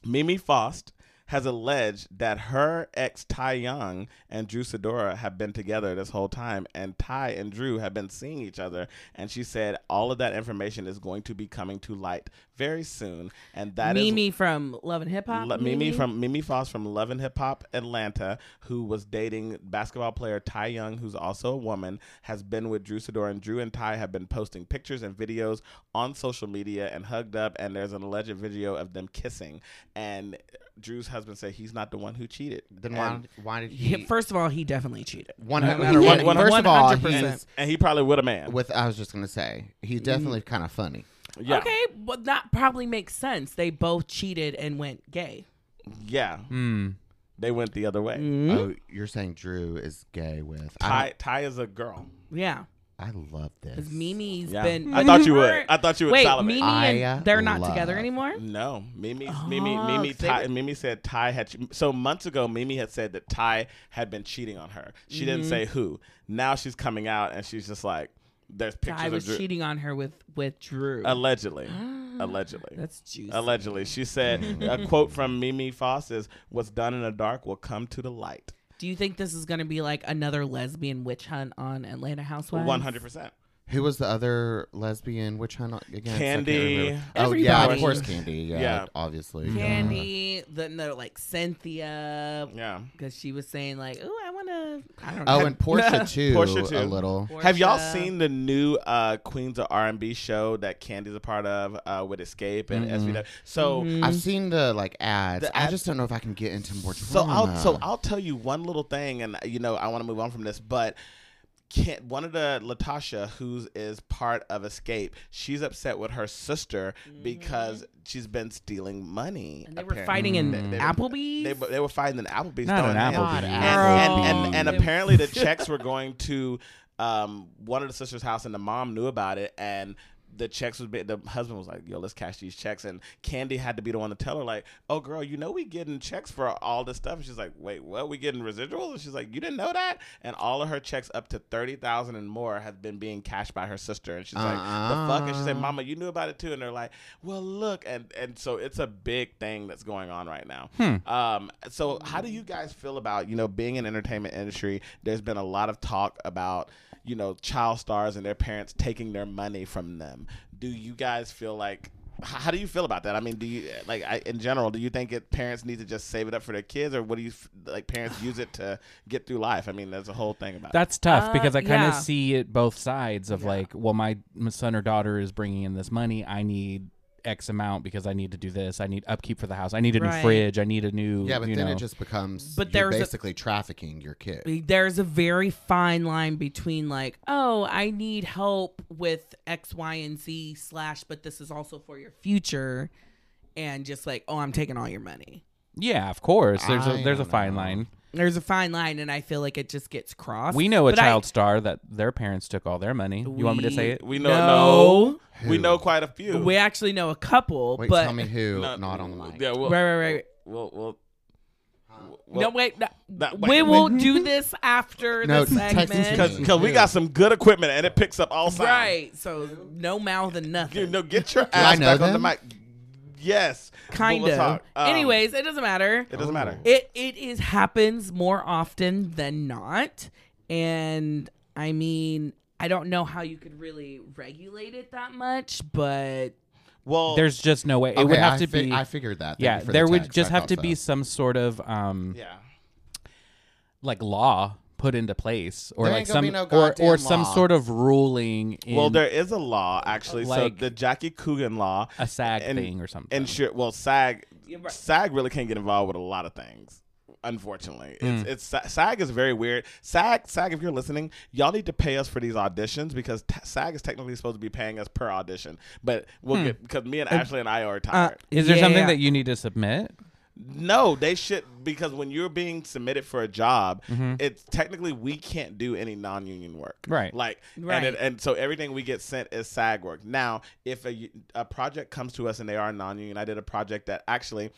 [SPEAKER 1] Mimi Faust has alleged that her ex Ty Young and Drew Sidora have been together this whole time, and Ty and Drew have been seeing each other. And she said all of that information is going to be coming to light very soon, and that is
[SPEAKER 2] Mimi from Love and Hip Hop.
[SPEAKER 1] Le- Mimi from Mimi Foss from Love and Hip Hop Atlanta, who was dating basketball player Ty Young, who's also a woman, has been with Drew Sidor, and Drew and Ty have been posting pictures and videos on social media and hugged up, and there's an alleged video of them kissing. And Drew's husband said he's not the one who cheated.
[SPEAKER 6] Then why,
[SPEAKER 1] and,
[SPEAKER 6] why did
[SPEAKER 2] He-
[SPEAKER 6] he?
[SPEAKER 2] First of all, he definitely cheated.
[SPEAKER 6] one,
[SPEAKER 5] No matter what-
[SPEAKER 6] one, first of all,
[SPEAKER 2] 100%.
[SPEAKER 6] he's
[SPEAKER 1] and he probably would a man.
[SPEAKER 6] with. I was just gonna say he's definitely kind of funny.
[SPEAKER 1] yeah,
[SPEAKER 2] Okay, but that probably makes sense. They both cheated and went gay.
[SPEAKER 1] yeah,
[SPEAKER 5] Hmm.
[SPEAKER 1] they went the other way.
[SPEAKER 2] Mm.
[SPEAKER 6] Oh, you're saying Drew is gay with
[SPEAKER 1] Ty Ty is a girl.
[SPEAKER 2] Yeah,
[SPEAKER 6] I, don't- I love this.
[SPEAKER 2] because Mimi's
[SPEAKER 1] Yeah,
[SPEAKER 2] been.
[SPEAKER 1] I thought you would. I thought you would
[SPEAKER 2] Wait,
[SPEAKER 1] salivate.
[SPEAKER 2] Mimi
[SPEAKER 6] I
[SPEAKER 2] and they're not
[SPEAKER 6] love-
[SPEAKER 2] together anymore.
[SPEAKER 1] No, Mimi, Mimi,
[SPEAKER 2] Oh,
[SPEAKER 1] Mimi,
[SPEAKER 2] 'cause they
[SPEAKER 1] Ty,
[SPEAKER 2] were-
[SPEAKER 1] Mimi said Ty had. So months ago, Mimi had said that Ty had been cheating on her. She
[SPEAKER 2] Mm-hmm.
[SPEAKER 1] didn't say who. Now she's coming out and she's just like, "There's pictures
[SPEAKER 2] I was
[SPEAKER 1] of Drew.
[SPEAKER 2] cheating on her with with Drew.
[SPEAKER 1] allegedly, allegedly."
[SPEAKER 2] That's juicy.
[SPEAKER 1] Allegedly, she said a quote from Mimi Foss is, "What's done in the dark will come to the light."
[SPEAKER 2] Do you think this is going to be like another lesbian witch hunt on Atlanta Housewives?
[SPEAKER 1] One hundred percent.
[SPEAKER 6] Who was the other lesbian witch hunt again? I can't
[SPEAKER 1] Candy.
[SPEAKER 6] remember. Oh yeah, of
[SPEAKER 2] Everybody.
[SPEAKER 6] course Candy. Yeah,
[SPEAKER 1] Yeah.
[SPEAKER 6] obviously.
[SPEAKER 2] Candy, then they're like Cynthia,
[SPEAKER 1] Yeah.
[SPEAKER 2] because she was saying like, "Oh, I want to." I don't know.
[SPEAKER 6] Oh, and Portia too.
[SPEAKER 1] Portia, too.
[SPEAKER 6] A little.
[SPEAKER 2] Portia.
[SPEAKER 1] Have y'all seen the new uh, Queens of R and B show that Candy's a part of uh, with Escape and SVW?
[SPEAKER 2] Mm-hmm.
[SPEAKER 1] So
[SPEAKER 6] I've seen the like ads.
[SPEAKER 1] The
[SPEAKER 6] I
[SPEAKER 1] ads-
[SPEAKER 6] just don't know if I can get into more drama.
[SPEAKER 1] So I'll so I'll tell you one little thing, and you know I want to move on from this, but can one of the Latasha, who is part of Escape, she's upset with her sister because she's been stealing money.
[SPEAKER 2] Mm-hmm. And they were
[SPEAKER 1] apparently.
[SPEAKER 2] fighting in
[SPEAKER 1] They- they-
[SPEAKER 2] Applebee's.
[SPEAKER 1] They, were- they were fighting in Applebee's.
[SPEAKER 5] Not
[SPEAKER 1] throwing
[SPEAKER 5] an
[SPEAKER 1] hands.
[SPEAKER 5] Applebee's.
[SPEAKER 1] And, and, and, and
[SPEAKER 2] Applebee's.
[SPEAKER 1] apparently the checks were going to um, one of the sisters' house, and the mom knew about it, and. The checks was be- the husband was like, "Yo, let's cash these checks." And Candy had to be the one to tell her, like, "Oh, girl, you know we getting checks for all this stuff." And she's like, "Wait, what? We getting residuals?" And she's like, "You didn't know that?" And all of her checks, up to thirty thousand and more, have been being cashed by her sister. And she's like, "The fuck?" And she said, "Mama, you knew about it too." And they're like, "Well, look," and and so it's a big thing that's going on right now. Um, so how
[SPEAKER 6] Mm-hmm.
[SPEAKER 1] do you guys feel about you know being in entertainment industry? There's been a lot of talk about you know child stars and their parents taking their money from them. Do you guys feel like h- how do you feel about that? I mean, do you like I, in general? Do you think it, parents need to just save it up for their kids, or what do you f- like? Parents use it to get through life. I mean, there's a whole thing about it.
[SPEAKER 5] That's tough
[SPEAKER 2] Uh,
[SPEAKER 5] because I kind
[SPEAKER 2] yeah.
[SPEAKER 5] of see it both sides of like, well, my my son or daughter is bringing in this money. I need X amount because I need to do this. I need upkeep for the house. I need a
[SPEAKER 2] Right.
[SPEAKER 5] new fridge. I need a new.
[SPEAKER 6] Yeah, but
[SPEAKER 5] you
[SPEAKER 6] then
[SPEAKER 5] know.
[SPEAKER 6] it just becomes
[SPEAKER 2] But
[SPEAKER 6] but you're
[SPEAKER 2] there's a-
[SPEAKER 6] basically trafficking your kid.
[SPEAKER 2] there's a very fine line between like, oh, I need help with X, Y, and Z slash, but this is also for your future, and just like, oh, I'm taking all your money.
[SPEAKER 5] yeah, of course. There's
[SPEAKER 6] I
[SPEAKER 5] a there's a
[SPEAKER 6] don't
[SPEAKER 5] fine
[SPEAKER 6] know.
[SPEAKER 5] line.
[SPEAKER 2] There's a fine line, and I feel like it just gets crossed.
[SPEAKER 5] We know a
[SPEAKER 2] But I-
[SPEAKER 5] child star that their parents took all their money. you want me to say it?
[SPEAKER 1] We know no.
[SPEAKER 6] No.
[SPEAKER 1] We know quite a few.
[SPEAKER 2] We actually know a couple,
[SPEAKER 6] Wait,
[SPEAKER 2] but
[SPEAKER 6] tell me who?
[SPEAKER 1] No,
[SPEAKER 6] Not, on the mic.
[SPEAKER 1] Yeah, we'll,
[SPEAKER 2] right, right, right.
[SPEAKER 1] we'll, we'll,
[SPEAKER 2] no, wait, no.
[SPEAKER 1] that-
[SPEAKER 2] we
[SPEAKER 1] wait.
[SPEAKER 2] will do this after
[SPEAKER 6] No,
[SPEAKER 2] the
[SPEAKER 6] text it to
[SPEAKER 2] segment.
[SPEAKER 6] me.
[SPEAKER 1] because we got some good equipment and it picks up all sound.
[SPEAKER 2] Right, so no mouth and
[SPEAKER 1] You
[SPEAKER 2] nothing.
[SPEAKER 1] know, get your ass
[SPEAKER 6] know
[SPEAKER 1] back on the
[SPEAKER 6] them?
[SPEAKER 1] mic. Yes, But
[SPEAKER 2] kind
[SPEAKER 1] we'll
[SPEAKER 2] of.
[SPEAKER 1] talk. Um,
[SPEAKER 2] Anyways, it doesn't matter.
[SPEAKER 1] it doesn't matter.
[SPEAKER 2] It it is happens more often than not, and I mean I don't know how you could really regulate it that much, but
[SPEAKER 1] well,
[SPEAKER 5] There's just no way. It would
[SPEAKER 6] Okay,
[SPEAKER 5] have
[SPEAKER 6] I
[SPEAKER 5] to
[SPEAKER 6] fi-
[SPEAKER 5] be.
[SPEAKER 6] I figured that. Thank
[SPEAKER 5] yeah,
[SPEAKER 6] you for
[SPEAKER 5] there
[SPEAKER 6] the
[SPEAKER 5] would
[SPEAKER 6] text.
[SPEAKER 5] just
[SPEAKER 6] I
[SPEAKER 5] have to
[SPEAKER 6] thought
[SPEAKER 5] be
[SPEAKER 6] so.
[SPEAKER 5] some sort of um
[SPEAKER 1] yeah,
[SPEAKER 5] like law put into place or
[SPEAKER 6] There
[SPEAKER 5] like
[SPEAKER 6] ain't gonna
[SPEAKER 5] some
[SPEAKER 6] be no
[SPEAKER 5] or or
[SPEAKER 6] goddamn
[SPEAKER 5] some
[SPEAKER 6] law.
[SPEAKER 5] sort of ruling in
[SPEAKER 1] well, there is a law actually. so
[SPEAKER 5] Like-
[SPEAKER 1] the Jackie Coogan law,
[SPEAKER 5] a SAG
[SPEAKER 1] and-
[SPEAKER 5] thing or something.
[SPEAKER 1] and sure, well, SAG,
[SPEAKER 2] Yeah, right.
[SPEAKER 1] SAG really can't get involved with a lot of things. Unfortunately, it's it's SAG is very weird. SAG, SAG, if you're listening, y'all need to pay us for these auditions because t- SAG is technically supposed to be paying us per audition, but we'll get because me and Ashley and I are tired.
[SPEAKER 5] Is there
[SPEAKER 2] Yeah,
[SPEAKER 5] something
[SPEAKER 2] yeah.
[SPEAKER 5] that you need to submit?
[SPEAKER 1] No, they should because when you're being submitted for a job, it's technically we can't do any non-union work,
[SPEAKER 5] Right.
[SPEAKER 1] Like,
[SPEAKER 2] Right.
[SPEAKER 1] and it, and so everything we get sent is SAG work. Now, if a a project comes to us and they are non-union, I did a project that actually,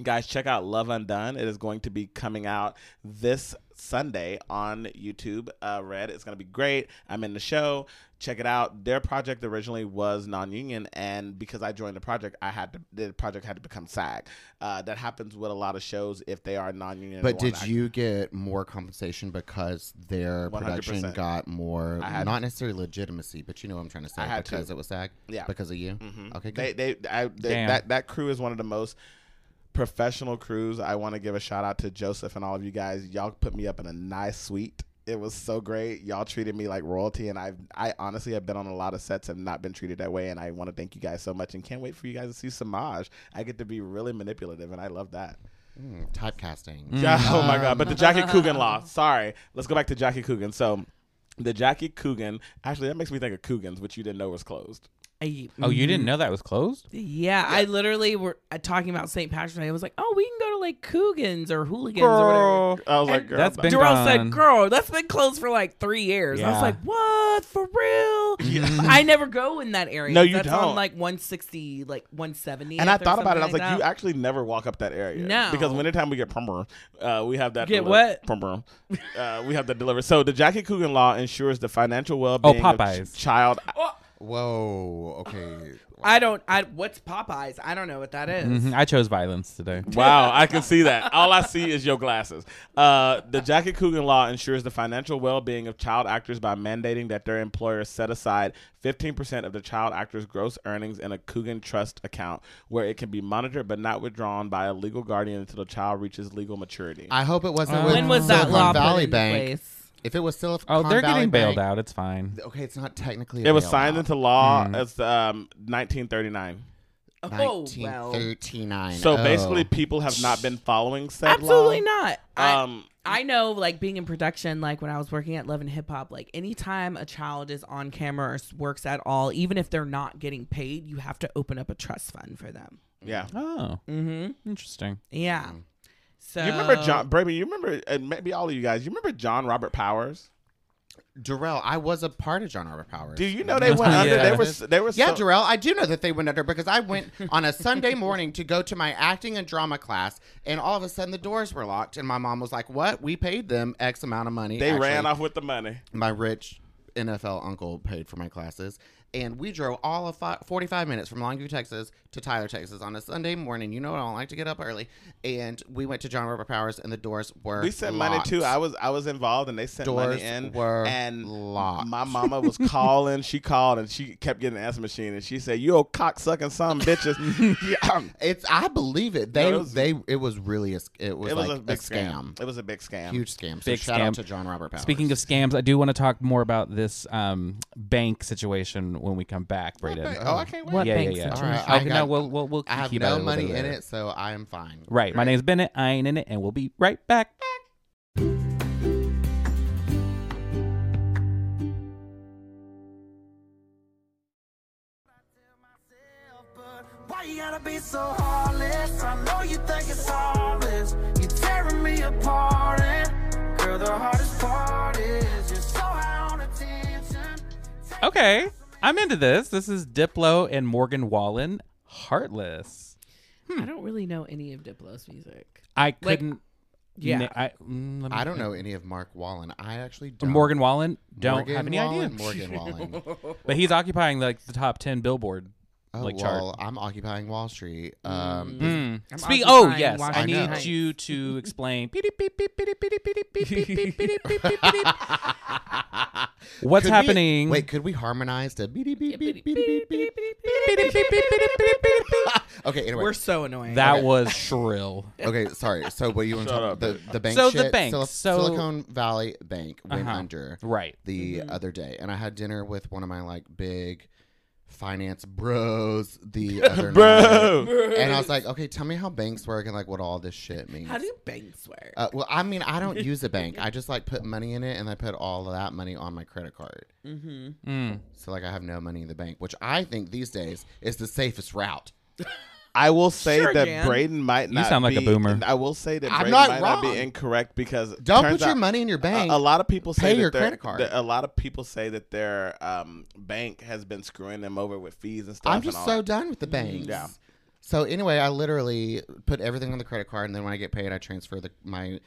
[SPEAKER 1] guys, check out Love Undone. It is going to be coming out this Sunday on YouTube. Uh, Red, it's going to be great. I'm in the show. Check it out. Their project originally was non-union, and because I joined the project, I had to the project had to become SAG. Uh, that happens with a lot of shows if they are non-union.
[SPEAKER 6] But
[SPEAKER 1] and
[SPEAKER 6] did
[SPEAKER 1] want-
[SPEAKER 6] you get more compensation because their production
[SPEAKER 1] 100%.
[SPEAKER 6] got more,
[SPEAKER 1] had-
[SPEAKER 6] not necessarily legitimacy, but you know what I'm trying to say?
[SPEAKER 1] I had to.
[SPEAKER 6] because it was SAG?
[SPEAKER 1] Yeah.
[SPEAKER 6] Because of you? Okay, good.
[SPEAKER 1] They, they, I, they
[SPEAKER 5] Damn.
[SPEAKER 1] that that crew is one of the most professional crews. I want to give a shout out to Joseph and all of you guys. Y'all put me up in a nice suite. It was so great. Y'all treated me like royalty, and I have I honestly have been on a lot of sets and not been treated that way. And I want to thank you guys so much, and can't wait for you guys to see Samaj. I get to be really manipulative, and I love that.
[SPEAKER 6] Mm, typecasting.
[SPEAKER 1] Yeah, oh my god! But the Jackie Coogan law. Sorry, let's go back to Jackie Coogan. So, the Jackie Coogan. Actually, that makes me think of Coogan's, which you didn't know was closed.
[SPEAKER 2] I,
[SPEAKER 5] Oh, you
[SPEAKER 6] Mm-hmm.
[SPEAKER 5] didn't know that was closed?
[SPEAKER 2] Yeah, I literally were uh, talking about St. Patrick's Day. I was like, oh, we can go to like Coogan's or Hooligans or whatever.
[SPEAKER 1] I was like, girl,
[SPEAKER 5] That's
[SPEAKER 1] no.
[SPEAKER 5] been
[SPEAKER 2] Darrell
[SPEAKER 5] gone.
[SPEAKER 2] said, girl, that's been closed for like three years. I was
[SPEAKER 5] Yeah.
[SPEAKER 2] like, what? For real? I never go in that area.
[SPEAKER 1] Mm-hmm. No, you
[SPEAKER 2] that's
[SPEAKER 1] don't.
[SPEAKER 2] On like 160, like 170.
[SPEAKER 1] And I thought about it. I was like,
[SPEAKER 2] that.
[SPEAKER 1] you actually never walk up that area.
[SPEAKER 2] No.
[SPEAKER 1] Because anytime we get prum prum, uh, we have that.
[SPEAKER 2] Get
[SPEAKER 1] deli-
[SPEAKER 2] what?
[SPEAKER 1] Prum prum. Uh, we have that delivered. So the Jackie Coogan law ensures the financial well being of
[SPEAKER 5] Popeyes.
[SPEAKER 1] ch- child.
[SPEAKER 6] Whoa. Okay.
[SPEAKER 2] I don't. I what's Popeyes? I don't know what that is.
[SPEAKER 5] Mhm, I chose violence today.
[SPEAKER 1] Wow, I can see that. All I see is your glasses. Uh, the Jackie Coogan Law ensures the financial well being of child actors by mandating that their employers set aside 15% of the child actor's gross earnings in a Coogan Trust account where it can be monitored but not withdrawn by a legal guardian until the child reaches legal maturity.
[SPEAKER 6] I hope it wasn't
[SPEAKER 5] Uh,
[SPEAKER 6] with
[SPEAKER 2] When was that
[SPEAKER 6] Silicon
[SPEAKER 2] law put
[SPEAKER 6] Valley
[SPEAKER 2] in
[SPEAKER 6] Bank.
[SPEAKER 2] place?
[SPEAKER 6] If it was Silicon
[SPEAKER 5] Oh, they're
[SPEAKER 6] Valley
[SPEAKER 5] getting bailed
[SPEAKER 6] Bank-
[SPEAKER 5] out. It's fine.
[SPEAKER 6] Okay, it's not technically. A
[SPEAKER 1] it was
[SPEAKER 6] bailout.
[SPEAKER 1] signed into law as um, 1939.
[SPEAKER 2] Oh well,
[SPEAKER 6] 1939.
[SPEAKER 1] So
[SPEAKER 6] Oh.
[SPEAKER 1] basically, people have not been following said
[SPEAKER 2] absolutely
[SPEAKER 1] law.
[SPEAKER 2] not. I-
[SPEAKER 1] Um,
[SPEAKER 2] I know, like being in production, like when I was working at Love and Hip Hop, like anytime a child is on camera or s- works at all, even if they're not getting paid, you have to open up a trust fund for them.
[SPEAKER 1] yeah.
[SPEAKER 5] Oh,
[SPEAKER 2] Mm-hmm.
[SPEAKER 5] interesting.
[SPEAKER 2] Yeah. So
[SPEAKER 1] You remember John Braby? You remember, and maybe all of you guys. You remember John Robert Powers?
[SPEAKER 6] Jarrell, I was a part of John Robert Powers.
[SPEAKER 1] Do you know they went
[SPEAKER 5] Yeah.
[SPEAKER 1] under? They were s- they were
[SPEAKER 6] Yeah,
[SPEAKER 1] so,
[SPEAKER 6] Jarrell, I do know that they went under because I went on a Sunday morning to go to my acting and drama class, and all of a sudden the doors were locked, and my mom was like, "What? We paid them X amount of money."
[SPEAKER 1] They
[SPEAKER 6] Actually,
[SPEAKER 1] ran off with the money.
[SPEAKER 6] My rich NFL uncle paid for my classes, and we drove all of fi- forty-five minutes from Longview, Texas, to Tyler, Texas, on a Sunday morning. You know, I don't like to get up early, and we went to John Robert Powers, and the doors were
[SPEAKER 1] We sent money too.
[SPEAKER 6] locked.
[SPEAKER 1] I was I was involved, and they sent
[SPEAKER 6] doors
[SPEAKER 1] money in.
[SPEAKER 6] were
[SPEAKER 1] and
[SPEAKER 6] locked.
[SPEAKER 1] my mama was calling. She called, and she kept getting the answer machine, and she said, "You old cocksucking some bitches." yeah.
[SPEAKER 6] It's I believe it. They
[SPEAKER 1] it was-
[SPEAKER 6] they it was really a, s- it was,
[SPEAKER 1] It was
[SPEAKER 6] like
[SPEAKER 1] a big
[SPEAKER 6] scam.
[SPEAKER 1] scam. It was a big scam.
[SPEAKER 6] Huge scam. So
[SPEAKER 5] Big
[SPEAKER 6] shout
[SPEAKER 5] scam.
[SPEAKER 6] out to John Robert Powers.
[SPEAKER 5] Speaking of scams, I do want to talk more about this um, bank situation when we come back, Brayden.
[SPEAKER 1] Oh, I can't wait.
[SPEAKER 2] What
[SPEAKER 5] yeah,
[SPEAKER 2] bank
[SPEAKER 5] yeah, yeah.
[SPEAKER 6] situation? All right, I
[SPEAKER 5] okay, no,
[SPEAKER 6] got-
[SPEAKER 5] we'll we'll, we'll
[SPEAKER 6] I have
[SPEAKER 5] keep about it a
[SPEAKER 6] no
[SPEAKER 5] little
[SPEAKER 6] money
[SPEAKER 5] bit
[SPEAKER 6] in
[SPEAKER 5] later.
[SPEAKER 6] it, so I am fine.
[SPEAKER 5] Right. My name's Bennett. I ain't in it, and we'll be right back.
[SPEAKER 7] Why you gotta be so heartless? I know you think it's harmless. You're tearing me apart, and girl, the hardest part is you're so high on attention.
[SPEAKER 5] Okay, I'm into this. This is Diplo and Morgan Wallen. Heartless.
[SPEAKER 2] I don't really know any of Diplo's music.
[SPEAKER 5] I
[SPEAKER 2] Like,
[SPEAKER 5] couldn't.
[SPEAKER 2] yeah.
[SPEAKER 5] na- I, mm, let me
[SPEAKER 6] I don't
[SPEAKER 5] think.
[SPEAKER 6] know any of Mark Wallen. I actually don't.
[SPEAKER 5] Morgan Wallen. Don't
[SPEAKER 6] Morgan
[SPEAKER 5] have any
[SPEAKER 6] Wallen,
[SPEAKER 5] idea.
[SPEAKER 6] Morgan Wallen.
[SPEAKER 5] But he's occupying like the top ten Billboard
[SPEAKER 6] Oh,
[SPEAKER 5] like chart.
[SPEAKER 6] well, I'm occupying Wall Street. Um,
[SPEAKER 5] Mm.
[SPEAKER 2] I'm
[SPEAKER 5] Speak. Oh
[SPEAKER 2] occupying
[SPEAKER 5] yes, I
[SPEAKER 2] Washington
[SPEAKER 5] need
[SPEAKER 2] Heights.
[SPEAKER 5] you to explain. Beep, beep, beep, beep, beep, beep, beep, beep, beep, beep, beep, beep, beep, beep. What's
[SPEAKER 6] could we-
[SPEAKER 5] happening?
[SPEAKER 6] wait, could we harmonize to beep beep beep beep beep
[SPEAKER 5] Beep,
[SPEAKER 6] beep beep?
[SPEAKER 5] beep, beep, beep, beep, beep, beep, beep.
[SPEAKER 6] Okay, anyway.
[SPEAKER 2] We're so annoying.
[SPEAKER 5] That was shrill.
[SPEAKER 6] okay, sorry. So what you want to
[SPEAKER 1] Shut
[SPEAKER 6] talk
[SPEAKER 1] up,
[SPEAKER 6] the the bank
[SPEAKER 5] So the
[SPEAKER 6] shit?
[SPEAKER 5] bank,
[SPEAKER 6] Sil-
[SPEAKER 5] so-
[SPEAKER 6] Silicon Valley Bank went
[SPEAKER 5] Uh-huh. mm-hmm.
[SPEAKER 6] under.
[SPEAKER 5] Right.
[SPEAKER 6] the other day, and I had dinner with one of my like big finance bros the other
[SPEAKER 1] Bro.
[SPEAKER 6] night, and I was like, okay, tell me how banks work and like what all this shit means.
[SPEAKER 2] How do banks work?
[SPEAKER 6] uh, well, I mean, I don't use a bank. I just like put money in it, and I put all of that money on my credit card.
[SPEAKER 2] mm-hmm.
[SPEAKER 5] Mm.
[SPEAKER 6] So like, I have no money in the bank, which I think these days is the safest route.
[SPEAKER 1] I will say
[SPEAKER 2] Sure,
[SPEAKER 1] that
[SPEAKER 2] Jan.
[SPEAKER 1] Braden might not.
[SPEAKER 5] sound like a
[SPEAKER 1] be-
[SPEAKER 5] boomer.
[SPEAKER 1] I will say that
[SPEAKER 6] I'm
[SPEAKER 1] Braden
[SPEAKER 6] not
[SPEAKER 1] might not
[SPEAKER 6] wrong.
[SPEAKER 1] be incorrect because
[SPEAKER 6] Don't
[SPEAKER 1] turns
[SPEAKER 6] put your
[SPEAKER 1] out-
[SPEAKER 6] money in your bank.
[SPEAKER 1] A, a lot of people say
[SPEAKER 6] Pay
[SPEAKER 1] that
[SPEAKER 6] your
[SPEAKER 1] their-
[SPEAKER 6] credit card.
[SPEAKER 1] that A lot of people say that their um, bank has been screwing them over with fees and stuff.
[SPEAKER 6] I'm
[SPEAKER 1] and
[SPEAKER 6] just
[SPEAKER 1] all
[SPEAKER 6] so
[SPEAKER 1] that.
[SPEAKER 6] done with the banks.
[SPEAKER 1] Yeah.
[SPEAKER 6] So anyway, I literally put everything on the credit card, and then when I get paid, I transfer the my.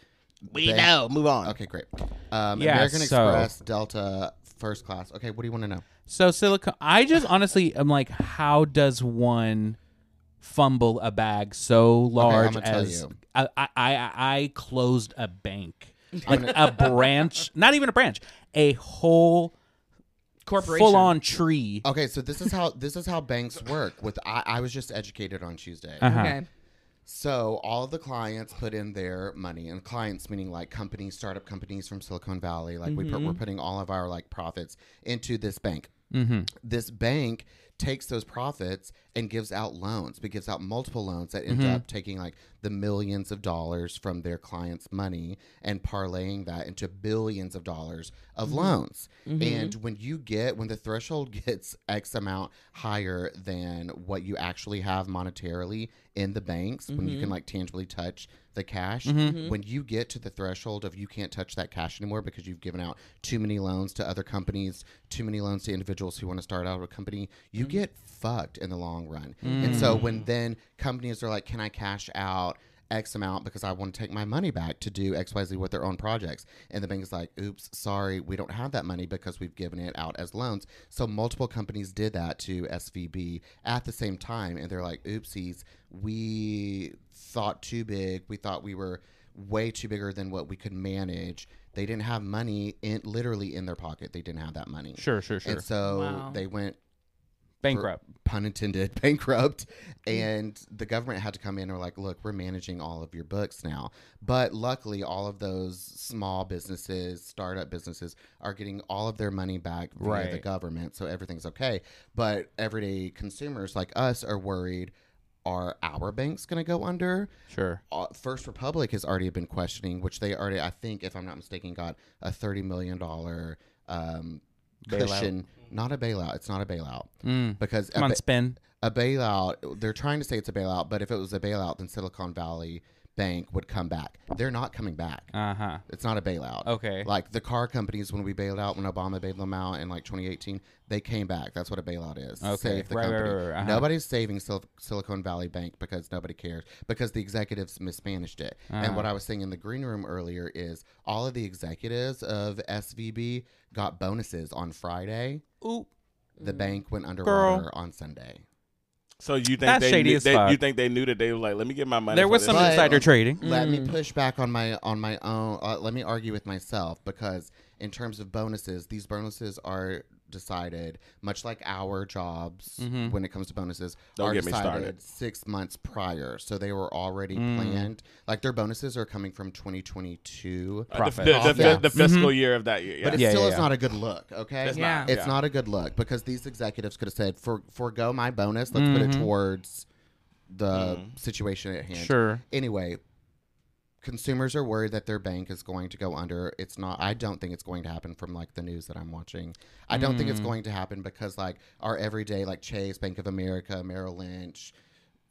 [SPEAKER 6] bank-
[SPEAKER 1] Move on.
[SPEAKER 6] Okay, great. Um,
[SPEAKER 5] Yeah,
[SPEAKER 6] American
[SPEAKER 5] so-
[SPEAKER 6] Express, Delta, first class. Okay, what do you want to know?
[SPEAKER 5] So silicone. I just honestly am like, how does one fumble a bag so large
[SPEAKER 6] I'ma tell
[SPEAKER 5] as
[SPEAKER 6] you.
[SPEAKER 5] I, I I I closed a bank, like a branch, not even a branch, a whole
[SPEAKER 2] Corporation.
[SPEAKER 5] full on tree.
[SPEAKER 6] Okay, so this is how this is how banks work. With I, I was just educated on Tuesday.
[SPEAKER 5] Uh-huh.
[SPEAKER 2] Okay.
[SPEAKER 6] So all of the clients put in their money, and clients meaning like companies, startup companies from Silicon Valley. Like we put, we're putting all of our like profits into this bank.
[SPEAKER 5] Mm-hmm.
[SPEAKER 6] This bank takes those profits and gives out loans, but gives out multiple loans that end up taking like the millions of dollars from their clients' money and parlaying that into billions of dollars of loans. And when you get when the threshold gets X amount higher than what you actually have monetarily in the banks, when you can like tangibly touch the cash, when you get to the threshold of you can't touch that cash anymore because you've given out too many loans to other companies, too many loans to individuals who want to start out a company, you get fucked in the long run. And so when then companies are like, "Can I cash out?" X amount because I want to take my money back to do XYZ with their own projects. And the bank is like, oops, sorry, we don't have that money because we've given it out as loans. So multiple companies did that to SVB at the same time. And they're like, oopsies, we thought too big. We thought we were way too bigger than what we could manage. They didn't have money in literally in their pocket. They didn't have that money.
[SPEAKER 5] Sure, sure, sure.
[SPEAKER 6] And so
[SPEAKER 2] Wow.
[SPEAKER 6] they went
[SPEAKER 5] Bankrupt.
[SPEAKER 6] pun intended, bankrupt. And the government had to come in and were like, look, we're managing all of your books now. But luckily, all of those small businesses, startup businesses, are getting all of their money back via the
[SPEAKER 5] Right.
[SPEAKER 6] government. So everything's okay. But everyday consumers like us are worried are our banks going to go under?
[SPEAKER 5] Sure.
[SPEAKER 6] uh, First Republic has already been questioning, which they already, I think, if I'm not mistaken, got a thirty million dollar um,
[SPEAKER 5] Bailout.
[SPEAKER 6] cushion. Not a bailout. It's not a bailout
[SPEAKER 5] Mm.
[SPEAKER 6] because a,
[SPEAKER 5] Come on,
[SPEAKER 6] ba-
[SPEAKER 5] spin.
[SPEAKER 6] a bailout. They're trying to say it's a bailout, but if it was a bailout, then Silicon Valley Bank would come back. They're not coming back.
[SPEAKER 5] Uh huh.
[SPEAKER 6] It's not a bailout.
[SPEAKER 5] Okay.
[SPEAKER 6] Like the car companies, when we bailed out, when Obama bailed them out in like 2018, they came back. That's what a bailout is.
[SPEAKER 5] Okay.
[SPEAKER 6] Save the
[SPEAKER 5] Right, right,
[SPEAKER 6] company.
[SPEAKER 5] right, right, uh-huh.
[SPEAKER 6] Nobody's saving Sil- Silicon Valley Bank because nobody cares because the executives mismanaged it. And
[SPEAKER 5] Uh-huh.
[SPEAKER 6] what I was saying in the green room earlier is all of the executives of SVB got bonuses on Friday.
[SPEAKER 5] Ooh.
[SPEAKER 6] The bank went underwater
[SPEAKER 5] Mm. Girl.
[SPEAKER 6] on Sunday.
[SPEAKER 1] So you think
[SPEAKER 5] That's
[SPEAKER 1] they,
[SPEAKER 5] shady
[SPEAKER 1] knew,
[SPEAKER 5] as
[SPEAKER 1] they-
[SPEAKER 5] fuck.
[SPEAKER 1] you think they knew that they were like, let me get my money.
[SPEAKER 5] There
[SPEAKER 1] for
[SPEAKER 5] was
[SPEAKER 1] this
[SPEAKER 5] some
[SPEAKER 1] shit.
[SPEAKER 6] But-
[SPEAKER 5] insider trading. Mm.
[SPEAKER 6] Let me push back on my on my own. Uh, let me argue with myself because in terms of bonuses, these bonuses are decided much like our jobs
[SPEAKER 5] Mm-hmm.
[SPEAKER 6] when it comes to bonuses
[SPEAKER 1] Don't
[SPEAKER 6] are
[SPEAKER 1] get me
[SPEAKER 6] decided
[SPEAKER 1] started.
[SPEAKER 6] six months prior. So they were already
[SPEAKER 5] Mm.
[SPEAKER 6] planned. Like their bonuses are coming from 2022.
[SPEAKER 1] Uh,
[SPEAKER 5] profit.
[SPEAKER 1] The, the, the,
[SPEAKER 6] Yeah.
[SPEAKER 1] the fiscal year of that year. Yeah.
[SPEAKER 6] But it
[SPEAKER 5] Yeah,
[SPEAKER 6] still
[SPEAKER 5] yeah,
[SPEAKER 6] is
[SPEAKER 5] yeah.
[SPEAKER 6] not a good look, okay?
[SPEAKER 1] It's
[SPEAKER 2] Yeah. not,
[SPEAKER 6] It's
[SPEAKER 1] yeah.
[SPEAKER 6] not a good look because these executives could have said, For forego my bonus, let's put
[SPEAKER 5] Mm-hmm.
[SPEAKER 6] it towards the
[SPEAKER 1] Mm-hmm.
[SPEAKER 6] situation at hand.
[SPEAKER 5] Sure.
[SPEAKER 6] Anyway, consumers are worried that their bank is going to go under. It's not I don't think it's going to happen from like the news that I'm watching. I don't think it's going to happen because like our everyday like Chase, Bank of America, Merrill Lynch,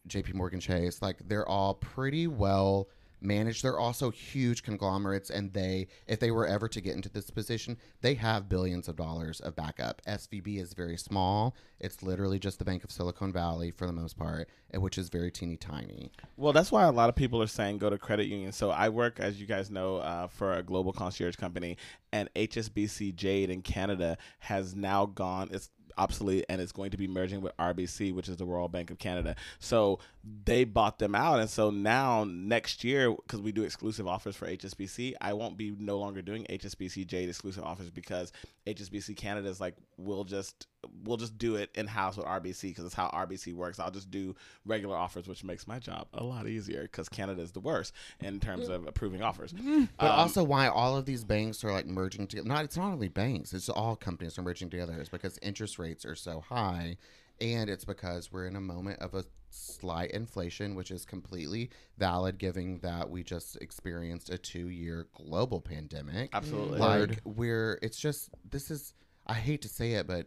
[SPEAKER 6] JP Morgan Chase, like they're all pretty well managed. They're also huge conglomerates and they if they were ever to get into this position, they have billions of dollars of backup. SVB is very small. It's literally just the Bank of Silicon Valley for the most part, and which is very teeny tiny.
[SPEAKER 1] Well, that's why a lot of people are saying go to credit unions. So I work, as you guys know, uh, for a global concierge company, and HSBC Jade in Canada has now gone. It's obsolete and it's going to be merging with RBC, which is the Royal Bank of Canada. So they bought them out, and so now next year, because we do exclusive offers for HSBC, I won't be no longer doing HSBC Jade exclusive offers because HSBC Canada is like we'll just we'll just do it in house with RBC because it's how RBC works. I'll just do regular offers, which makes my job a lot easier because Canada is the worst in terms of approving offers.
[SPEAKER 6] Mm. But
[SPEAKER 1] Um,
[SPEAKER 6] also, why all of these banks are like merging together? Not it's not only banks; it's all companies are merging together. It's because interest rates are so high, and it's because we're in a moment of a slight inflation, which is completely valid, given that we just experienced a two-year global pandemic.
[SPEAKER 1] absolutely.
[SPEAKER 6] Like we're, it's just this is. I hate to say it, but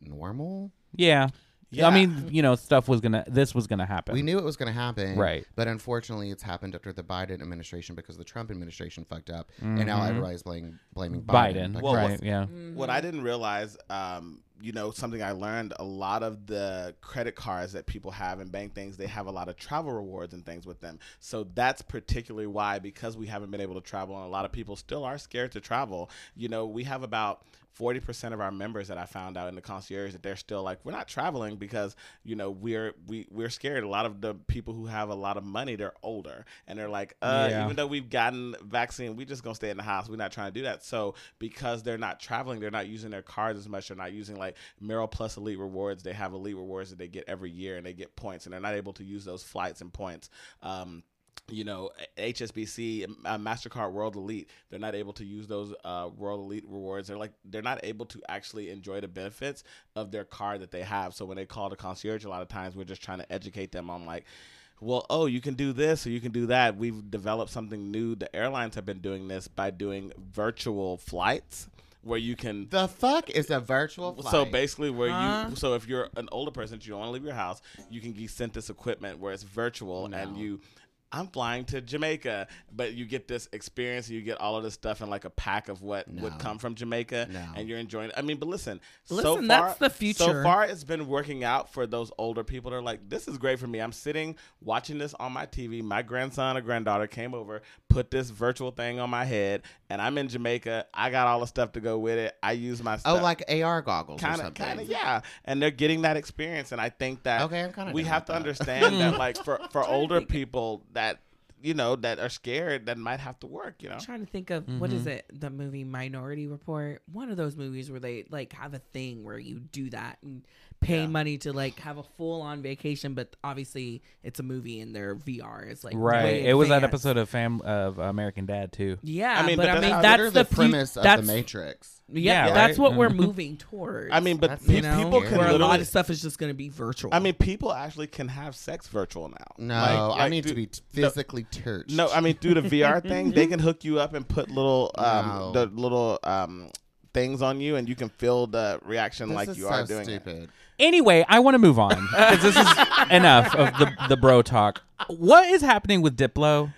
[SPEAKER 6] normal.
[SPEAKER 5] Yeah.
[SPEAKER 1] Yeah.
[SPEAKER 5] I mean, you know, stuff was gonna. This was gonna happen.
[SPEAKER 6] We knew it was going to happen.
[SPEAKER 5] Right.
[SPEAKER 6] But unfortunately, it's happened under the Biden administration because the Trump administration fucked up. And now everybody's blaming, blaming Biden.
[SPEAKER 5] Biden.
[SPEAKER 6] Like,
[SPEAKER 1] Well,
[SPEAKER 5] right. Yeah.
[SPEAKER 1] What I didn't realize, um, you know, something I learned a lot of the credit cards that people have and bank things, they have a lot of travel rewards and things with them. So that's particularly why, because we haven't been able to travel, and a lot of people still are scared to travel. You know, we have about 40% of our members that I found out in the concierge that they're still like, we're not traveling because, you know, we're we, we're scared. A lot of the people who have a lot of money, they're older and they're like, uh,
[SPEAKER 5] Yeah.
[SPEAKER 1] even though we've gotten vaccine, we just gonna stay in the house. We're not trying to do that. So because they're not traveling, they're not using their cards as much. They're not using like Merrill Plus Elite Rewards. They have Elite Rewards that they get every year, and they get points, and they're not able to use those flights and points. Um, you know, HSBC, uh, Mastercard, World Elite, they're not able to use those uh, World Elite rewards. They're like they're not able to actually enjoy the benefits of their card that they have. So when they call the concierge, a lot of times we're just trying to educate them on like well, oh, you can do this or you can do that. We've developed something new. The airlines have been doing this by doing virtual flights where you can.
[SPEAKER 6] The fuck is a virtual flight?
[SPEAKER 1] So basically, where you so if you're an older person, that you don't want to leave your house, you can get sent this equipment where it's virtual and you. I'm flying to Jamaica, but you get this experience, you get all of this stuff in like a pack of what would
[SPEAKER 6] No.
[SPEAKER 1] come from Jamaica,
[SPEAKER 6] No.
[SPEAKER 1] and you're enjoying. it. I mean, but listen, so far,
[SPEAKER 2] Listen, that's the
[SPEAKER 1] So
[SPEAKER 2] future.
[SPEAKER 1] far, it's been working out for those older people that are like, this is great for me. I'm sitting watching this on my TV. My grandson or granddaughter came over, put this virtual thing on my head, and I'm in Jamaica. I got all the stuff to go with it. I use my
[SPEAKER 6] Oh,
[SPEAKER 1] stuff.
[SPEAKER 6] like AR goggles or
[SPEAKER 1] Kind of,
[SPEAKER 6] something.
[SPEAKER 1] kind of, yeah, and they're getting that experience, and I think that
[SPEAKER 6] Okay, I'm kinda
[SPEAKER 1] we
[SPEAKER 6] down
[SPEAKER 1] have
[SPEAKER 6] with
[SPEAKER 1] to
[SPEAKER 6] that.
[SPEAKER 1] understand that, like, for for older people that you know that are scared, that might have to work, you know.
[SPEAKER 2] I'm trying to think of what
[SPEAKER 5] Mm-hmm.
[SPEAKER 2] is it? The movie Minority Report. One of those movies where they like have a thing where you do that and pay money to like have a full on vacation, but obviously it's a movie and their VR is like
[SPEAKER 5] Right.
[SPEAKER 2] way
[SPEAKER 5] It was that
[SPEAKER 2] advanced.
[SPEAKER 5] episode of Fam of American Dad too.
[SPEAKER 2] Yeah,
[SPEAKER 1] I mean,
[SPEAKER 2] but,
[SPEAKER 1] but
[SPEAKER 2] I mean
[SPEAKER 1] that's-
[SPEAKER 2] that's the, fu-
[SPEAKER 6] premise
[SPEAKER 2] that's,
[SPEAKER 6] of the Matrix.
[SPEAKER 2] Yeah,
[SPEAKER 5] Yeah,
[SPEAKER 2] that's
[SPEAKER 5] right?
[SPEAKER 2] what we're moving towards.
[SPEAKER 1] I mean, but
[SPEAKER 6] That's
[SPEAKER 1] pe-
[SPEAKER 2] you know,
[SPEAKER 1] people can
[SPEAKER 2] where a lot
[SPEAKER 1] literally-
[SPEAKER 2] of stuff is just going to be virtual.
[SPEAKER 1] I mean, people actually can have sex virtual now.
[SPEAKER 6] No,
[SPEAKER 1] Like-
[SPEAKER 6] I
[SPEAKER 1] like,
[SPEAKER 6] need to
[SPEAKER 1] dude-
[SPEAKER 6] be t- physically churched.
[SPEAKER 1] No, I mean through the VR thing, they can hook you up and put little um
[SPEAKER 6] No.
[SPEAKER 1] the little um things on you, and you can feel the reaction
[SPEAKER 6] This
[SPEAKER 1] like
[SPEAKER 6] is
[SPEAKER 1] you
[SPEAKER 6] so
[SPEAKER 1] are doing it.
[SPEAKER 6] stupid.
[SPEAKER 5] Anyway, I want to move on because this is enough of the the bro talk. What is happening with Diplo?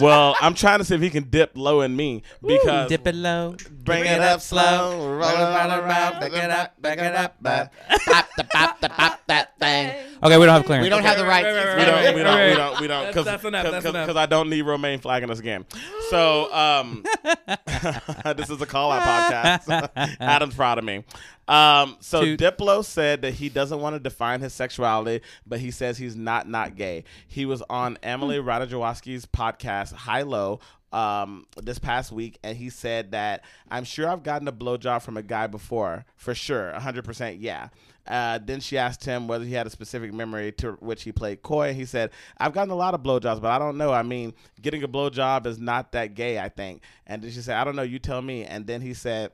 [SPEAKER 1] Well, I'm trying to see if he can dip low in me because
[SPEAKER 5] Diplo,
[SPEAKER 1] bring it up slow, roll it all around, back it up, back it up, back.
[SPEAKER 6] pop the pop the pop that thing.
[SPEAKER 5] Okay, we don't have clearance.
[SPEAKER 6] We don't have the rights.
[SPEAKER 1] We don't, we don't, we
[SPEAKER 5] Alright.
[SPEAKER 1] don't, we don't, because
[SPEAKER 2] that's enough, that's enough.
[SPEAKER 1] because I don't need Romaine flagging us again. So, um, this is a call out podcast. Adam's proud of me. Um, so
[SPEAKER 5] Toot.
[SPEAKER 1] Diplo said that he doesn't want to define his sexuality, but he says he's not not gay. He was on Emily Ratajkowski's podcast High Low um, this past week, and he said that I'm sure I've gotten a blowjob from a guy before, for sure, 100 percent, yeah. Uh, then she asked him whether he had a specific memory to which he played coy. He said, "I've gotten a lot of blowjobs, but I don't know. I mean, getting a blowjob is not that gay, I think." And then she said, "I don't know. You tell me." And then he said.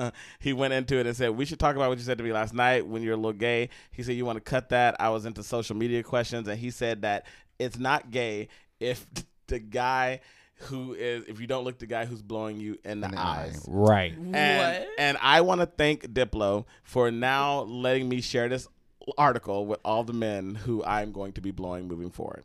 [SPEAKER 1] he went into it and said, "We should talk about what you said to me last night when you're a little gay." He said, "You want to cut that?" I was into social media questions, and he said that it's not gay if the guy who is if you don't look the guy who's blowing you in the,
[SPEAKER 6] In the eye.
[SPEAKER 1] eyes.
[SPEAKER 5] Right.
[SPEAKER 1] And, and I want to thank Diplo for now letting me share this article with all the men who I'm going to be blowing moving forward.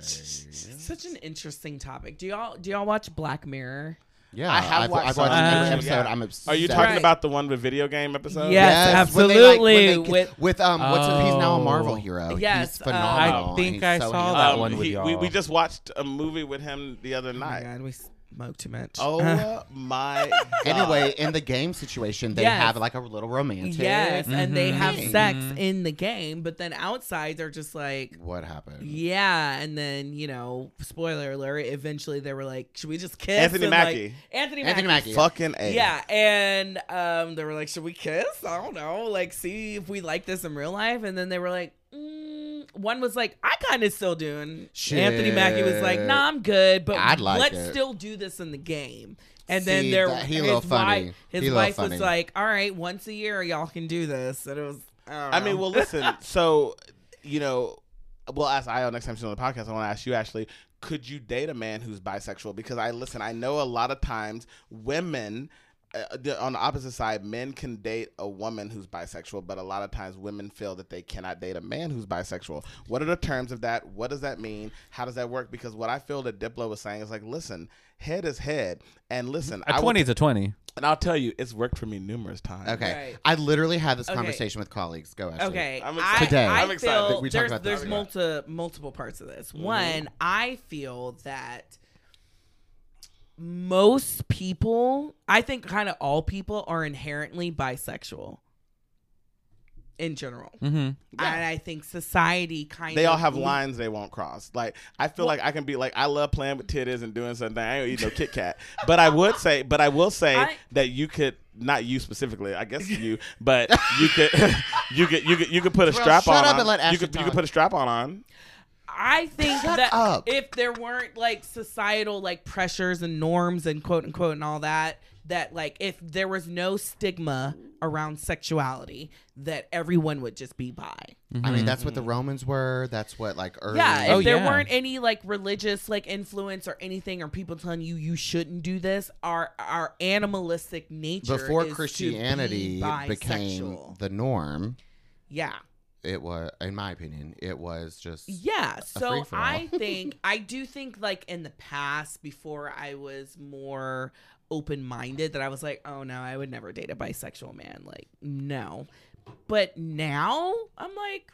[SPEAKER 2] Such an interesting topic. Do y'all do y'all watch Black Mirror?
[SPEAKER 6] Yeah,
[SPEAKER 1] I have
[SPEAKER 6] I've,
[SPEAKER 1] watched Uh,
[SPEAKER 6] I've
[SPEAKER 1] some
[SPEAKER 6] watched every
[SPEAKER 5] of
[SPEAKER 6] episode.
[SPEAKER 1] them, yeah.
[SPEAKER 6] I'm obsessed.
[SPEAKER 1] Are you talking
[SPEAKER 2] Right.
[SPEAKER 1] about the one with video game episode?
[SPEAKER 2] Yeah. Yes,
[SPEAKER 6] when they, like, when
[SPEAKER 2] absolutely,
[SPEAKER 6] they-
[SPEAKER 2] with-
[SPEAKER 6] with um, what's his, he's now a Marvel
[SPEAKER 5] Oh.
[SPEAKER 6] hero.
[SPEAKER 2] Yes,
[SPEAKER 6] he's phenomenal.
[SPEAKER 5] uh, I
[SPEAKER 6] and
[SPEAKER 5] think
[SPEAKER 6] he's
[SPEAKER 5] I
[SPEAKER 6] so
[SPEAKER 5] saw
[SPEAKER 6] handsome.
[SPEAKER 5] that
[SPEAKER 1] Um,
[SPEAKER 5] one with
[SPEAKER 1] he-
[SPEAKER 5] y'all.
[SPEAKER 1] we, we just watched a movie with him the other
[SPEAKER 2] Oh my
[SPEAKER 1] night.
[SPEAKER 2] God, we smoked too much.
[SPEAKER 1] Oh my god.
[SPEAKER 6] Anyway, in the game situation, they
[SPEAKER 2] Yes.
[SPEAKER 6] have like a little romantic.
[SPEAKER 2] Yes, and they have
[SPEAKER 6] Mhm.
[SPEAKER 2] sex in the game, but then outside they're just like,
[SPEAKER 6] What happened?
[SPEAKER 2] yeah. And then you know, spoiler alert. Eventually, they were like, should we just kiss?
[SPEAKER 1] Anthony
[SPEAKER 2] And, like,
[SPEAKER 1] Mackie.
[SPEAKER 2] Anthony Mackie.
[SPEAKER 6] Anthony Mackie.
[SPEAKER 1] fucking A.
[SPEAKER 2] Yeah, and um, they were like, should we kiss? I don't know. Like, see if we like this in real life. And then they were like, mm, one was like, I kind of still do. And Anthony Mackie was like,
[SPEAKER 6] Shit.
[SPEAKER 2] Nah, I'm good, but
[SPEAKER 6] I'd like
[SPEAKER 2] let's
[SPEAKER 6] it.
[SPEAKER 2] still do this in the game. And
[SPEAKER 6] See,
[SPEAKER 2] then there,
[SPEAKER 6] that- he
[SPEAKER 2] his
[SPEAKER 6] little
[SPEAKER 2] wife,
[SPEAKER 6] funny. He
[SPEAKER 2] his
[SPEAKER 6] little
[SPEAKER 2] wife
[SPEAKER 6] funny.
[SPEAKER 2] was like, all right, once a year y'all can do this. And it was, I,
[SPEAKER 1] I
[SPEAKER 2] don't
[SPEAKER 1] mean,
[SPEAKER 2] know.
[SPEAKER 1] well, listen. So, you know, we'll ask Io next time she's on the podcast. I want to ask you, Ashley, could you date a man who's bisexual? Because I listen, I know a lot of times women. Uh, the- on the opposite side, men can date a woman who's bisexual, but a lot of times women feel that they cannot date a man who's bisexual. What are the terms of that? What does that mean? How does that work? Because what I feel that Diplo was saying is like, listen, head is head, and listen, I
[SPEAKER 5] a
[SPEAKER 1] will-
[SPEAKER 5] twenty is a twenty.
[SPEAKER 1] and I'll tell you, it's worked for me numerous times.
[SPEAKER 6] Okay,
[SPEAKER 2] Right.
[SPEAKER 6] I literally had this
[SPEAKER 2] Okay.
[SPEAKER 6] conversation with colleagues. Go Ashley.
[SPEAKER 2] Okay,
[SPEAKER 1] I'm
[SPEAKER 2] I-
[SPEAKER 1] excited.
[SPEAKER 6] Today.
[SPEAKER 2] I,
[SPEAKER 1] I'm excited.
[SPEAKER 2] feel
[SPEAKER 6] We talked
[SPEAKER 2] there's,
[SPEAKER 6] about that.
[SPEAKER 2] there's
[SPEAKER 6] Okay. Mm-hmm.
[SPEAKER 2] multi, multiple parts of this. One, I feel that most people, I think, kind of all people, are inherently bisexual in general,
[SPEAKER 5] Mm-hmm.
[SPEAKER 2] and I think society kind
[SPEAKER 1] they
[SPEAKER 2] of
[SPEAKER 1] all have lines they won't cross. Like I feel like I can be like I love playing with titties and doing something. I ain't eat no Kit Kat, but I would say, but I will say
[SPEAKER 2] I-
[SPEAKER 1] that you could not you specifically. I guess you, but you could you could you could you could put a
[SPEAKER 6] Terrell,
[SPEAKER 1] strap
[SPEAKER 6] shut
[SPEAKER 1] on.
[SPEAKER 6] up
[SPEAKER 1] on.
[SPEAKER 6] and let
[SPEAKER 1] you
[SPEAKER 6] Ashley
[SPEAKER 1] could you could
[SPEAKER 6] talk.
[SPEAKER 1] put a strap on on.
[SPEAKER 2] I think
[SPEAKER 6] Shut
[SPEAKER 2] that
[SPEAKER 6] up.
[SPEAKER 2] if there weren't like societal like pressures and norms and quote unquote and all that, that like if there was no stigma around sexuality, that everyone would just be bi.
[SPEAKER 6] I mean, that's
[SPEAKER 1] Mm-hmm.
[SPEAKER 6] what the Romans were. That's what like early.
[SPEAKER 2] Yeah, if
[SPEAKER 5] Oh,
[SPEAKER 2] there
[SPEAKER 5] yeah.
[SPEAKER 2] weren't any like religious like influence or anything or people telling you you shouldn't do this, our our animalistic nature
[SPEAKER 6] before
[SPEAKER 2] is to be
[SPEAKER 6] Christianity became
[SPEAKER 2] bisexual.
[SPEAKER 6] the norm,
[SPEAKER 2] yeah.
[SPEAKER 6] it was, in my opinion, it was just
[SPEAKER 2] Yeah, so
[SPEAKER 6] free-for-all.
[SPEAKER 2] I think I do think like in the past before I was more open minded that I was like, oh no, I would never date a bisexual man. Like, no. But now I'm like,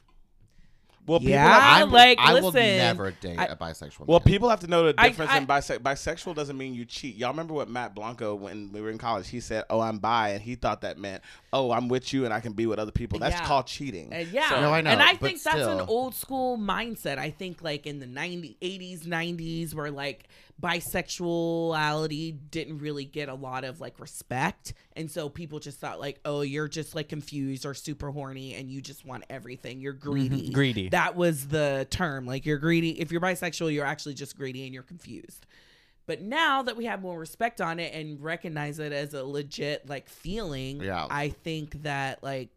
[SPEAKER 1] Well,
[SPEAKER 2] Yeah.
[SPEAKER 1] people have,
[SPEAKER 2] I
[SPEAKER 6] will-
[SPEAKER 2] like-
[SPEAKER 6] I will
[SPEAKER 2] listen,
[SPEAKER 6] never date
[SPEAKER 2] I-
[SPEAKER 6] a bisexual.
[SPEAKER 1] well,
[SPEAKER 6] man.
[SPEAKER 1] people have to know the
[SPEAKER 2] I-
[SPEAKER 1] difference
[SPEAKER 2] I-
[SPEAKER 1] in bisexual. Bisexual doesn't mean you cheat. Y'all remember what Matt Blanco when we were in college? He said, "Oh, I'm bi," and he thought that meant, "Oh, I'm with you and I can be with other people." That's
[SPEAKER 2] Yeah.
[SPEAKER 1] called cheating.
[SPEAKER 2] uh, yeah.
[SPEAKER 6] No, I know,
[SPEAKER 2] and I
[SPEAKER 6] but
[SPEAKER 2] think that's an
[SPEAKER 6] still.
[SPEAKER 2] old school mindset. I think like in the 90s, 80s, 90s, where like bisexuality didn't really get a lot of like respect. And so people just thought like, oh, you're just like confused or super horny and you just want everything. You're greedy.
[SPEAKER 5] Mm-hmm.
[SPEAKER 6] Mm-hmm.
[SPEAKER 5] Greedy.
[SPEAKER 2] That was the term. Like you're greedy. If you're bisexual, you're actually just greedy and you're confused. But now that we have more respect on it and recognize it as a legit like feeling,
[SPEAKER 6] Yeah.
[SPEAKER 2] I think that like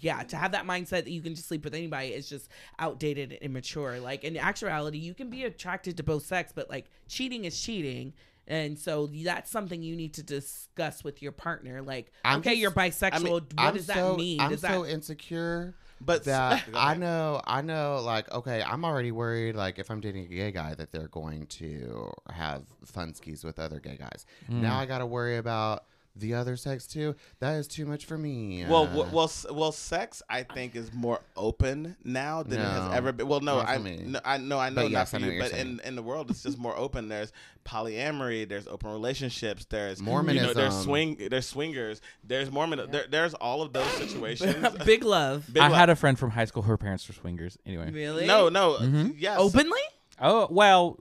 [SPEAKER 2] yeah, to have that mindset that you can just sleep with anybody is just outdated and immature. Like in actuality, you can be attracted to both sex, but like cheating is cheating. And so that's something you need to discuss with your partner. Like,
[SPEAKER 6] I'm
[SPEAKER 2] okay,
[SPEAKER 6] just-
[SPEAKER 2] you're bisexual. what
[SPEAKER 6] I'm
[SPEAKER 2] does
[SPEAKER 6] so-
[SPEAKER 2] that mean?
[SPEAKER 6] I'm
[SPEAKER 2] does that
[SPEAKER 6] so insecure.
[SPEAKER 1] But-
[SPEAKER 6] that
[SPEAKER 1] Go
[SPEAKER 6] I
[SPEAKER 1] ahead.
[SPEAKER 6] know, I know. Like, okay, I'm already worried. Like, if I'm dating a gay guy, that they're going to have fun skis with other gay guys.
[SPEAKER 5] Hmm.
[SPEAKER 6] Now I got to worry about the other sex too. That is too much for me.
[SPEAKER 1] Well,
[SPEAKER 6] Uh,
[SPEAKER 1] w- well, s- well, sex I think is more open now than it has
[SPEAKER 6] No.
[SPEAKER 1] ever been. Well, no,
[SPEAKER 6] Not for
[SPEAKER 1] I,
[SPEAKER 6] me.
[SPEAKER 1] no, I no, I know
[SPEAKER 6] But
[SPEAKER 1] not
[SPEAKER 6] yes,
[SPEAKER 1] for
[SPEAKER 6] I know
[SPEAKER 1] you,
[SPEAKER 6] what you're
[SPEAKER 1] but in,
[SPEAKER 6] saying.
[SPEAKER 1] in the world it's just more open. There's polyamory, there's open relationships, there's you know, there's
[SPEAKER 6] Mormonism.
[SPEAKER 1] swing, there's swingers, there's Mormon, there, there's all of those situations.
[SPEAKER 2] big love?
[SPEAKER 1] Big
[SPEAKER 5] I
[SPEAKER 1] love.
[SPEAKER 5] had a friend from high school. Her parents were swingers. Anyway.
[SPEAKER 2] really?
[SPEAKER 1] no, no,
[SPEAKER 6] Mm-hmm.
[SPEAKER 1] yes,
[SPEAKER 2] Openly?
[SPEAKER 5] Oh well,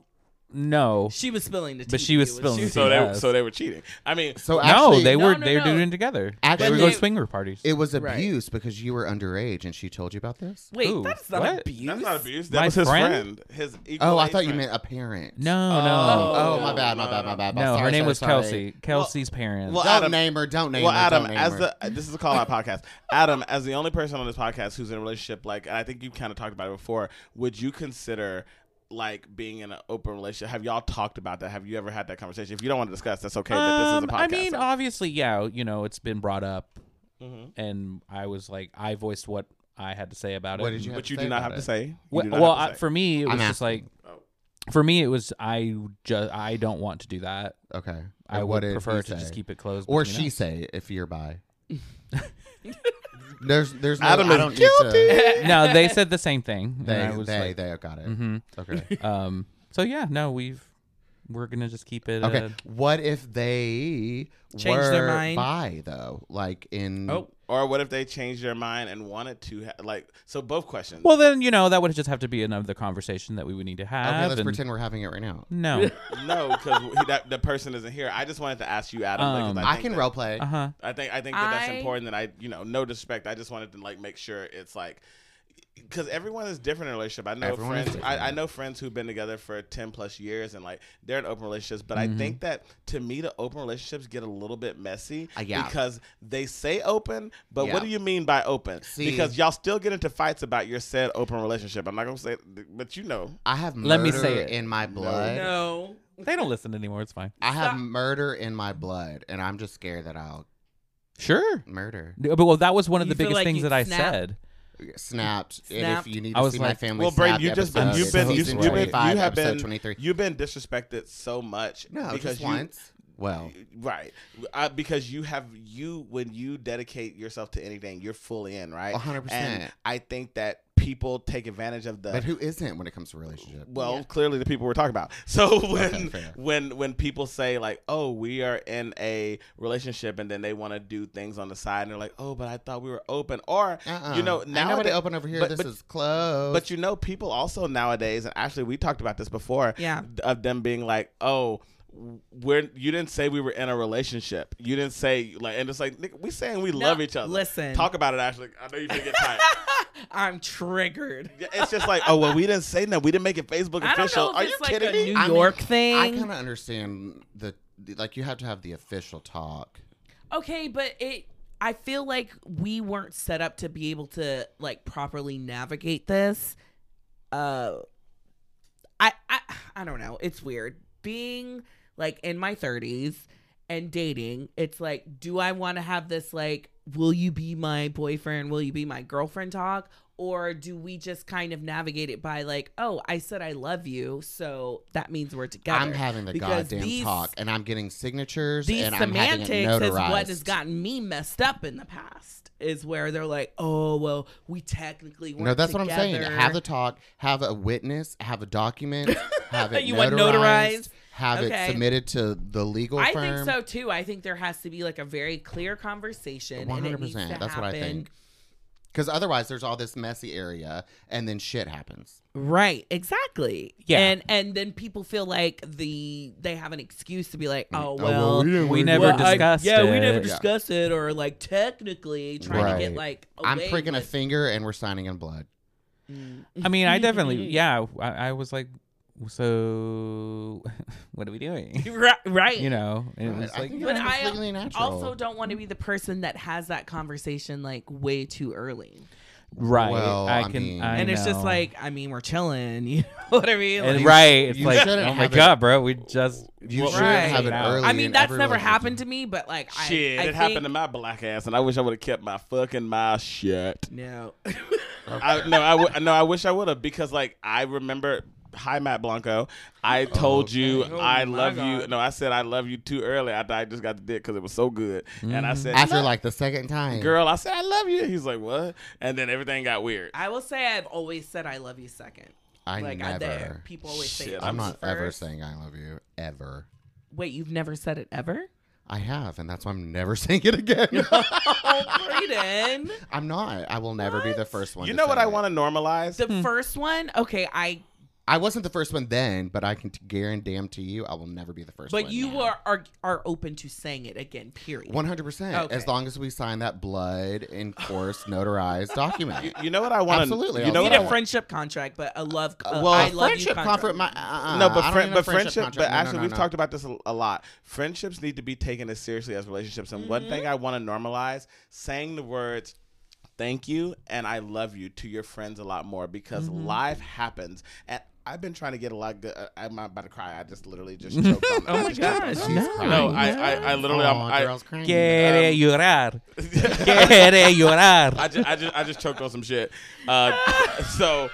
[SPEAKER 5] no.
[SPEAKER 2] She was spilling the tea.
[SPEAKER 5] But she was
[SPEAKER 2] It
[SPEAKER 5] spilling the
[SPEAKER 1] So they
[SPEAKER 5] Yes.
[SPEAKER 1] so they were cheating. I mean,
[SPEAKER 6] so
[SPEAKER 5] no,
[SPEAKER 6] actually,
[SPEAKER 5] they
[SPEAKER 2] No,
[SPEAKER 5] were
[SPEAKER 2] no,
[SPEAKER 5] they were
[SPEAKER 2] no.
[SPEAKER 5] doing it together.
[SPEAKER 6] Actually,
[SPEAKER 5] they would go
[SPEAKER 2] they-
[SPEAKER 5] to swinger parties.
[SPEAKER 6] It was
[SPEAKER 2] Right.
[SPEAKER 6] abuse because you were underage, and she told you about this.
[SPEAKER 2] Wait,
[SPEAKER 5] Who?
[SPEAKER 2] that's not
[SPEAKER 5] What?
[SPEAKER 2] abuse.
[SPEAKER 1] that's not abuse. That
[SPEAKER 5] My
[SPEAKER 1] was his friend,
[SPEAKER 5] friend?
[SPEAKER 1] his equal
[SPEAKER 6] Oh, I
[SPEAKER 1] age
[SPEAKER 6] thought you
[SPEAKER 1] friend.
[SPEAKER 6] meant a parent.
[SPEAKER 5] no,
[SPEAKER 1] Oh.
[SPEAKER 5] no,
[SPEAKER 6] Oh,
[SPEAKER 1] No,
[SPEAKER 6] my bad, my
[SPEAKER 1] no,
[SPEAKER 6] bad,
[SPEAKER 1] no.
[SPEAKER 6] my bad. my
[SPEAKER 5] no.
[SPEAKER 6] sorry,
[SPEAKER 5] her name
[SPEAKER 6] sorry,
[SPEAKER 5] was
[SPEAKER 6] sorry.
[SPEAKER 5] Kelsey. Kelsey's parents.
[SPEAKER 1] well,
[SPEAKER 6] Don't
[SPEAKER 1] Adam-
[SPEAKER 6] name her. Don't name
[SPEAKER 1] well,
[SPEAKER 6] her.
[SPEAKER 1] Adam,
[SPEAKER 6] don't name
[SPEAKER 1] as
[SPEAKER 6] her.
[SPEAKER 1] the this is a call out podcast. Adam, as the only person on this podcast who's in a relationship, like and I think you kind of talked about it before. Would you consider like being in an open relationship? Have y'all talked about that? Have you ever had that conversation? If you don't want to discuss, that's okay. but this is a
[SPEAKER 5] Um,
[SPEAKER 1] podcast.
[SPEAKER 5] I mean,
[SPEAKER 1] so-
[SPEAKER 5] obviously, yeah, you know, it's been brought up,
[SPEAKER 1] Mhm.
[SPEAKER 5] and I was like, I voiced what I had to say about
[SPEAKER 6] What
[SPEAKER 5] it.
[SPEAKER 6] did you
[SPEAKER 5] and-
[SPEAKER 6] have
[SPEAKER 1] but
[SPEAKER 6] to
[SPEAKER 1] you
[SPEAKER 6] say
[SPEAKER 1] do not
[SPEAKER 6] about
[SPEAKER 1] have to
[SPEAKER 6] it?
[SPEAKER 1] say. You
[SPEAKER 5] Well,
[SPEAKER 1] do not
[SPEAKER 5] well,
[SPEAKER 1] have
[SPEAKER 5] I,
[SPEAKER 1] to say.
[SPEAKER 5] for me, it
[SPEAKER 6] I'm
[SPEAKER 5] was just like,
[SPEAKER 6] asking.
[SPEAKER 5] for me, it was I just I don't want to do that.
[SPEAKER 6] okay.
[SPEAKER 5] I
[SPEAKER 6] And
[SPEAKER 5] would
[SPEAKER 6] did
[SPEAKER 5] prefer
[SPEAKER 6] he
[SPEAKER 5] to just
[SPEAKER 6] say?
[SPEAKER 5] keep it closed.
[SPEAKER 6] or
[SPEAKER 5] between
[SPEAKER 6] she
[SPEAKER 5] us.
[SPEAKER 6] say if you're bi. there's there's no
[SPEAKER 1] Adam
[SPEAKER 6] I
[SPEAKER 1] is
[SPEAKER 6] don't need to.
[SPEAKER 5] no, they said the same thing. and
[SPEAKER 6] They
[SPEAKER 5] I was
[SPEAKER 6] they
[SPEAKER 5] like,
[SPEAKER 6] they oh, got it.
[SPEAKER 5] mhm.
[SPEAKER 6] Okay.
[SPEAKER 5] Um. So yeah, no, we've we're gonna just keep it.
[SPEAKER 6] Okay.
[SPEAKER 5] uh,
[SPEAKER 6] What if they
[SPEAKER 2] Change
[SPEAKER 6] were
[SPEAKER 2] their mind?
[SPEAKER 6] bi though? Like in
[SPEAKER 2] Oh,
[SPEAKER 1] Or what if they changed their mind and wanted to? Ha- like, so both questions.
[SPEAKER 5] well, then you know that would just have to be another conversation that we would need to have.
[SPEAKER 6] okay, let's
[SPEAKER 5] and-
[SPEAKER 6] pretend we're having it right now.
[SPEAKER 5] No.
[SPEAKER 1] no, because that the person isn't here. I just wanted to ask you, Adam. like, 'cause
[SPEAKER 5] Um,
[SPEAKER 1] I,
[SPEAKER 6] I,
[SPEAKER 1] think
[SPEAKER 6] can
[SPEAKER 1] that-
[SPEAKER 6] role play.
[SPEAKER 5] Uh huh.
[SPEAKER 1] I think I think that that's
[SPEAKER 2] I-
[SPEAKER 1] important. That I, you know, no disrespect. I just wanted to like make sure it's like because everyone is different in a relationship. I know
[SPEAKER 6] Everyone is
[SPEAKER 1] friends.
[SPEAKER 6] different.
[SPEAKER 1] I, I know friends who've been together for ten plus years and like they're in open relationships. But
[SPEAKER 6] Mm-hmm.
[SPEAKER 1] I think that to me, the open relationships get a little bit messy
[SPEAKER 6] Uh, yeah.
[SPEAKER 1] because they say open, but
[SPEAKER 6] Yeah.
[SPEAKER 1] what do you mean by open?
[SPEAKER 6] See-
[SPEAKER 1] because y'all still get into fights about your said open relationship. I'm not gonna say, but you know,
[SPEAKER 6] I have murder
[SPEAKER 5] Let me say it.
[SPEAKER 6] in my blood.
[SPEAKER 2] no.
[SPEAKER 5] They don't listen anymore. It's fine.
[SPEAKER 6] I have murder in my blood, and I'm just scared that I'll
[SPEAKER 5] Sure.
[SPEAKER 6] murder
[SPEAKER 5] No, But well, that was one of
[SPEAKER 2] You
[SPEAKER 5] the
[SPEAKER 2] feel
[SPEAKER 5] biggest
[SPEAKER 2] like
[SPEAKER 5] things
[SPEAKER 2] you'd
[SPEAKER 5] that I
[SPEAKER 2] snap?
[SPEAKER 5] said.
[SPEAKER 6] snapped. And
[SPEAKER 2] Snapped.
[SPEAKER 6] if you need
[SPEAKER 5] I
[SPEAKER 6] to
[SPEAKER 5] was
[SPEAKER 6] see my
[SPEAKER 5] like-
[SPEAKER 6] family,
[SPEAKER 1] Well, Braden,
[SPEAKER 6] snapped
[SPEAKER 1] you just
[SPEAKER 6] episode,
[SPEAKER 1] you've
[SPEAKER 6] it's
[SPEAKER 1] been, you've,
[SPEAKER 6] season
[SPEAKER 1] you've been you
[SPEAKER 6] 25,
[SPEAKER 1] have
[SPEAKER 6] episode
[SPEAKER 1] been
[SPEAKER 6] 23.
[SPEAKER 1] you've been disrespected so much
[SPEAKER 6] No,
[SPEAKER 1] because
[SPEAKER 6] just
[SPEAKER 1] you,
[SPEAKER 6] once. Well,
[SPEAKER 1] right uh, because you have you when you dedicate yourself to anything you're fully in right
[SPEAKER 6] 100%.
[SPEAKER 1] and I think that people take advantage of the
[SPEAKER 6] but who isn't when it comes to relationship?
[SPEAKER 1] well, clearly the people we're talking about. So when
[SPEAKER 6] fair.
[SPEAKER 1] when when people say like, "Oh, we are in a relationship," and then they want to do things on the side, and they're like, "Oh, but I thought we were open," or
[SPEAKER 6] Uh-uh.
[SPEAKER 1] you know,
[SPEAKER 6] I know what
[SPEAKER 1] nowadays-
[SPEAKER 6] they open over here.
[SPEAKER 1] but-
[SPEAKER 6] this
[SPEAKER 1] but-
[SPEAKER 6] is closed.
[SPEAKER 1] but you know, people also nowadays, and actually, we talked about this before.
[SPEAKER 2] Yeah.
[SPEAKER 1] d- Of them being like, oh. We're, you didn't say we were in a relationship. You didn't say like, and it's like nigga, we saying we love each other.
[SPEAKER 2] listen.
[SPEAKER 1] talk about it, Ashley. I know you didn't get tired.
[SPEAKER 2] I'm triggered.
[SPEAKER 1] Yeah, it's just like, oh well, we didn't say no. We didn't make it Facebook
[SPEAKER 2] I don't know
[SPEAKER 1] official.
[SPEAKER 2] if
[SPEAKER 1] Are
[SPEAKER 2] it's
[SPEAKER 1] you
[SPEAKER 2] like
[SPEAKER 1] kidding
[SPEAKER 2] a
[SPEAKER 1] me?
[SPEAKER 2] New
[SPEAKER 6] I mean,
[SPEAKER 2] York
[SPEAKER 6] I
[SPEAKER 2] thing.
[SPEAKER 6] kind of understand the like. You have to have the official talk.
[SPEAKER 2] okay, but it. I feel like we weren't set up to be able to like properly navigate this. Uh, I I I don't know. It's weird being like in my 30s and dating. It's like, do I want to have this like, will you be my boyfriend? Will you be my girlfriend? Talk, Or do we just kind of navigate it by like, oh, I said I love you, so that means we're together.
[SPEAKER 6] I'm having the
[SPEAKER 2] Because
[SPEAKER 6] goddamn
[SPEAKER 2] these-
[SPEAKER 6] talk, and I'm getting signatures,
[SPEAKER 2] These
[SPEAKER 6] and I'm having
[SPEAKER 2] semantics
[SPEAKER 6] it
[SPEAKER 2] is
[SPEAKER 6] notarized.
[SPEAKER 2] what has gotten me messed up in the past. Is where they're like, oh well, we technically weren't
[SPEAKER 6] no, that's what I'm saying.
[SPEAKER 2] together."
[SPEAKER 6] Have the talk, have a witness, have a document, have it
[SPEAKER 2] You
[SPEAKER 6] notarized,
[SPEAKER 2] want notarized?
[SPEAKER 6] have
[SPEAKER 2] Okay.
[SPEAKER 6] it submitted to the legal
[SPEAKER 2] I
[SPEAKER 6] firm.
[SPEAKER 2] think so too. I think there has to be like a very clear conversation. One hundred
[SPEAKER 6] 100%.
[SPEAKER 2] percent.
[SPEAKER 6] That's what I think. Because otherwise, there's all this messy area, and then shit happens.
[SPEAKER 2] Right, exactly.
[SPEAKER 5] Yeah.
[SPEAKER 2] and and then people feel like the they have an excuse to be like,
[SPEAKER 6] Mm,
[SPEAKER 2] oh well,
[SPEAKER 5] we never
[SPEAKER 2] well, I-
[SPEAKER 5] discussed
[SPEAKER 2] yeah, we never
[SPEAKER 5] it.
[SPEAKER 2] discussed it, or like technically trying to get
[SPEAKER 6] Right.
[SPEAKER 2] like.
[SPEAKER 6] I'm
[SPEAKER 2] away
[SPEAKER 6] pricking a
[SPEAKER 2] with-
[SPEAKER 6] finger, and we're signing in blood.
[SPEAKER 5] I mean, I definitely, yeah, I, I was like, so what are we doing?
[SPEAKER 2] Right, right.
[SPEAKER 5] You know, and it was
[SPEAKER 6] I
[SPEAKER 5] like,
[SPEAKER 6] think
[SPEAKER 2] But
[SPEAKER 6] that's
[SPEAKER 2] I
[SPEAKER 6] completely natural.
[SPEAKER 2] also don't want to be the person that has that conversation like way too early.
[SPEAKER 5] right,
[SPEAKER 6] Well,
[SPEAKER 5] I
[SPEAKER 6] I
[SPEAKER 5] can,
[SPEAKER 6] mean-
[SPEAKER 5] I
[SPEAKER 2] and it's just
[SPEAKER 5] know.
[SPEAKER 2] like, I mean, we're chilling. You know what I mean?
[SPEAKER 5] And
[SPEAKER 2] Like-
[SPEAKER 5] right, it's
[SPEAKER 6] you
[SPEAKER 5] like,
[SPEAKER 6] shouldn't
[SPEAKER 5] oh my
[SPEAKER 6] have it-
[SPEAKER 5] god, bro, we just
[SPEAKER 6] You
[SPEAKER 1] Well,
[SPEAKER 6] should
[SPEAKER 2] right.
[SPEAKER 6] have it
[SPEAKER 5] I
[SPEAKER 6] early.
[SPEAKER 2] I mean,
[SPEAKER 6] in
[SPEAKER 2] that's
[SPEAKER 6] every
[SPEAKER 2] never
[SPEAKER 6] relationship.
[SPEAKER 2] happened to me, but like, I-
[SPEAKER 1] Shit,
[SPEAKER 2] I,
[SPEAKER 1] it
[SPEAKER 2] think,
[SPEAKER 1] happened to my black ass, and I wish I would have kept my fucking mouth shut.
[SPEAKER 2] No.
[SPEAKER 1] I, no, I w- no, I wish I would have because like I remember. Hi, Matt Blanco. I told you
[SPEAKER 2] Oh, Okay.
[SPEAKER 1] I
[SPEAKER 2] Oh, my
[SPEAKER 1] love you.
[SPEAKER 2] God.
[SPEAKER 1] No, I said I love you too early after I just got the dick because it was so good. And
[SPEAKER 2] Mm-hmm.
[SPEAKER 1] I said,
[SPEAKER 6] After
[SPEAKER 1] "No,
[SPEAKER 6] like the second time,
[SPEAKER 1] girl, I said I love you. He's like, what? And then everything got weird.
[SPEAKER 2] I will say I've always said I love you second.
[SPEAKER 6] I
[SPEAKER 2] like I,
[SPEAKER 6] never.
[SPEAKER 2] there, people always say
[SPEAKER 1] Shit,
[SPEAKER 2] I
[SPEAKER 6] I'm
[SPEAKER 2] love you
[SPEAKER 6] not ever
[SPEAKER 2] first.
[SPEAKER 6] saying I love you ever.
[SPEAKER 2] Wait, you've never said it ever?
[SPEAKER 6] I have, and that's why I'm never saying it again.
[SPEAKER 2] Oh, Brayden.
[SPEAKER 6] I'm not. I will never be the first one.
[SPEAKER 1] You know what I want to normalize?
[SPEAKER 2] The first one, okay, I.
[SPEAKER 6] I wasn't the first one then, but I can t- guarantee you, I will never be the first.
[SPEAKER 2] But
[SPEAKER 6] one
[SPEAKER 2] you
[SPEAKER 6] now.
[SPEAKER 2] are, are are open to saying it again. Period.
[SPEAKER 6] One hundred percent.
[SPEAKER 2] Okay.
[SPEAKER 6] As long as we sign that blood enforced notarized document.
[SPEAKER 1] you know what I want?
[SPEAKER 6] Absolutely,
[SPEAKER 1] You know
[SPEAKER 6] I'll
[SPEAKER 1] what I
[SPEAKER 2] Need
[SPEAKER 6] do it.
[SPEAKER 2] a
[SPEAKER 1] want?
[SPEAKER 2] friendship contract, but a love.
[SPEAKER 6] Uh,
[SPEAKER 2] a
[SPEAKER 6] well,
[SPEAKER 2] I love you
[SPEAKER 6] friendship
[SPEAKER 2] contract.
[SPEAKER 6] comfri- my, uh, uh,
[SPEAKER 1] no,
[SPEAKER 6] I
[SPEAKER 1] but
[SPEAKER 6] don't
[SPEAKER 1] friend,
[SPEAKER 6] need a
[SPEAKER 1] but
[SPEAKER 6] friendship
[SPEAKER 1] friendship, but
[SPEAKER 6] contract. No, no,
[SPEAKER 1] actually,
[SPEAKER 6] no,
[SPEAKER 1] we've
[SPEAKER 6] no.
[SPEAKER 1] talked about this a, a lot. Friendships need to be taken as seriously as relationships. And one
[SPEAKER 2] Mm-hmm.
[SPEAKER 1] thing I want to normalize saying the words "thank you" and "I love you" to your friends a lot more because
[SPEAKER 2] Mm-hmm.
[SPEAKER 1] life happens. And I've been trying to get a lot. Good, uh, I'm about to cry. I just literally just choked on.
[SPEAKER 2] Oh my
[SPEAKER 1] just choked
[SPEAKER 2] gosh,
[SPEAKER 1] on-
[SPEAKER 6] She's
[SPEAKER 5] No.
[SPEAKER 6] crying.
[SPEAKER 1] No, I, I, I literally, I'm-
[SPEAKER 6] Aw,
[SPEAKER 1] I,
[SPEAKER 6] girl's crying.
[SPEAKER 5] quiere
[SPEAKER 6] Um,
[SPEAKER 5] llorar,
[SPEAKER 1] I,
[SPEAKER 5] quiere llorar.
[SPEAKER 1] I, just, I just, I just choked on some shit. Uh, so,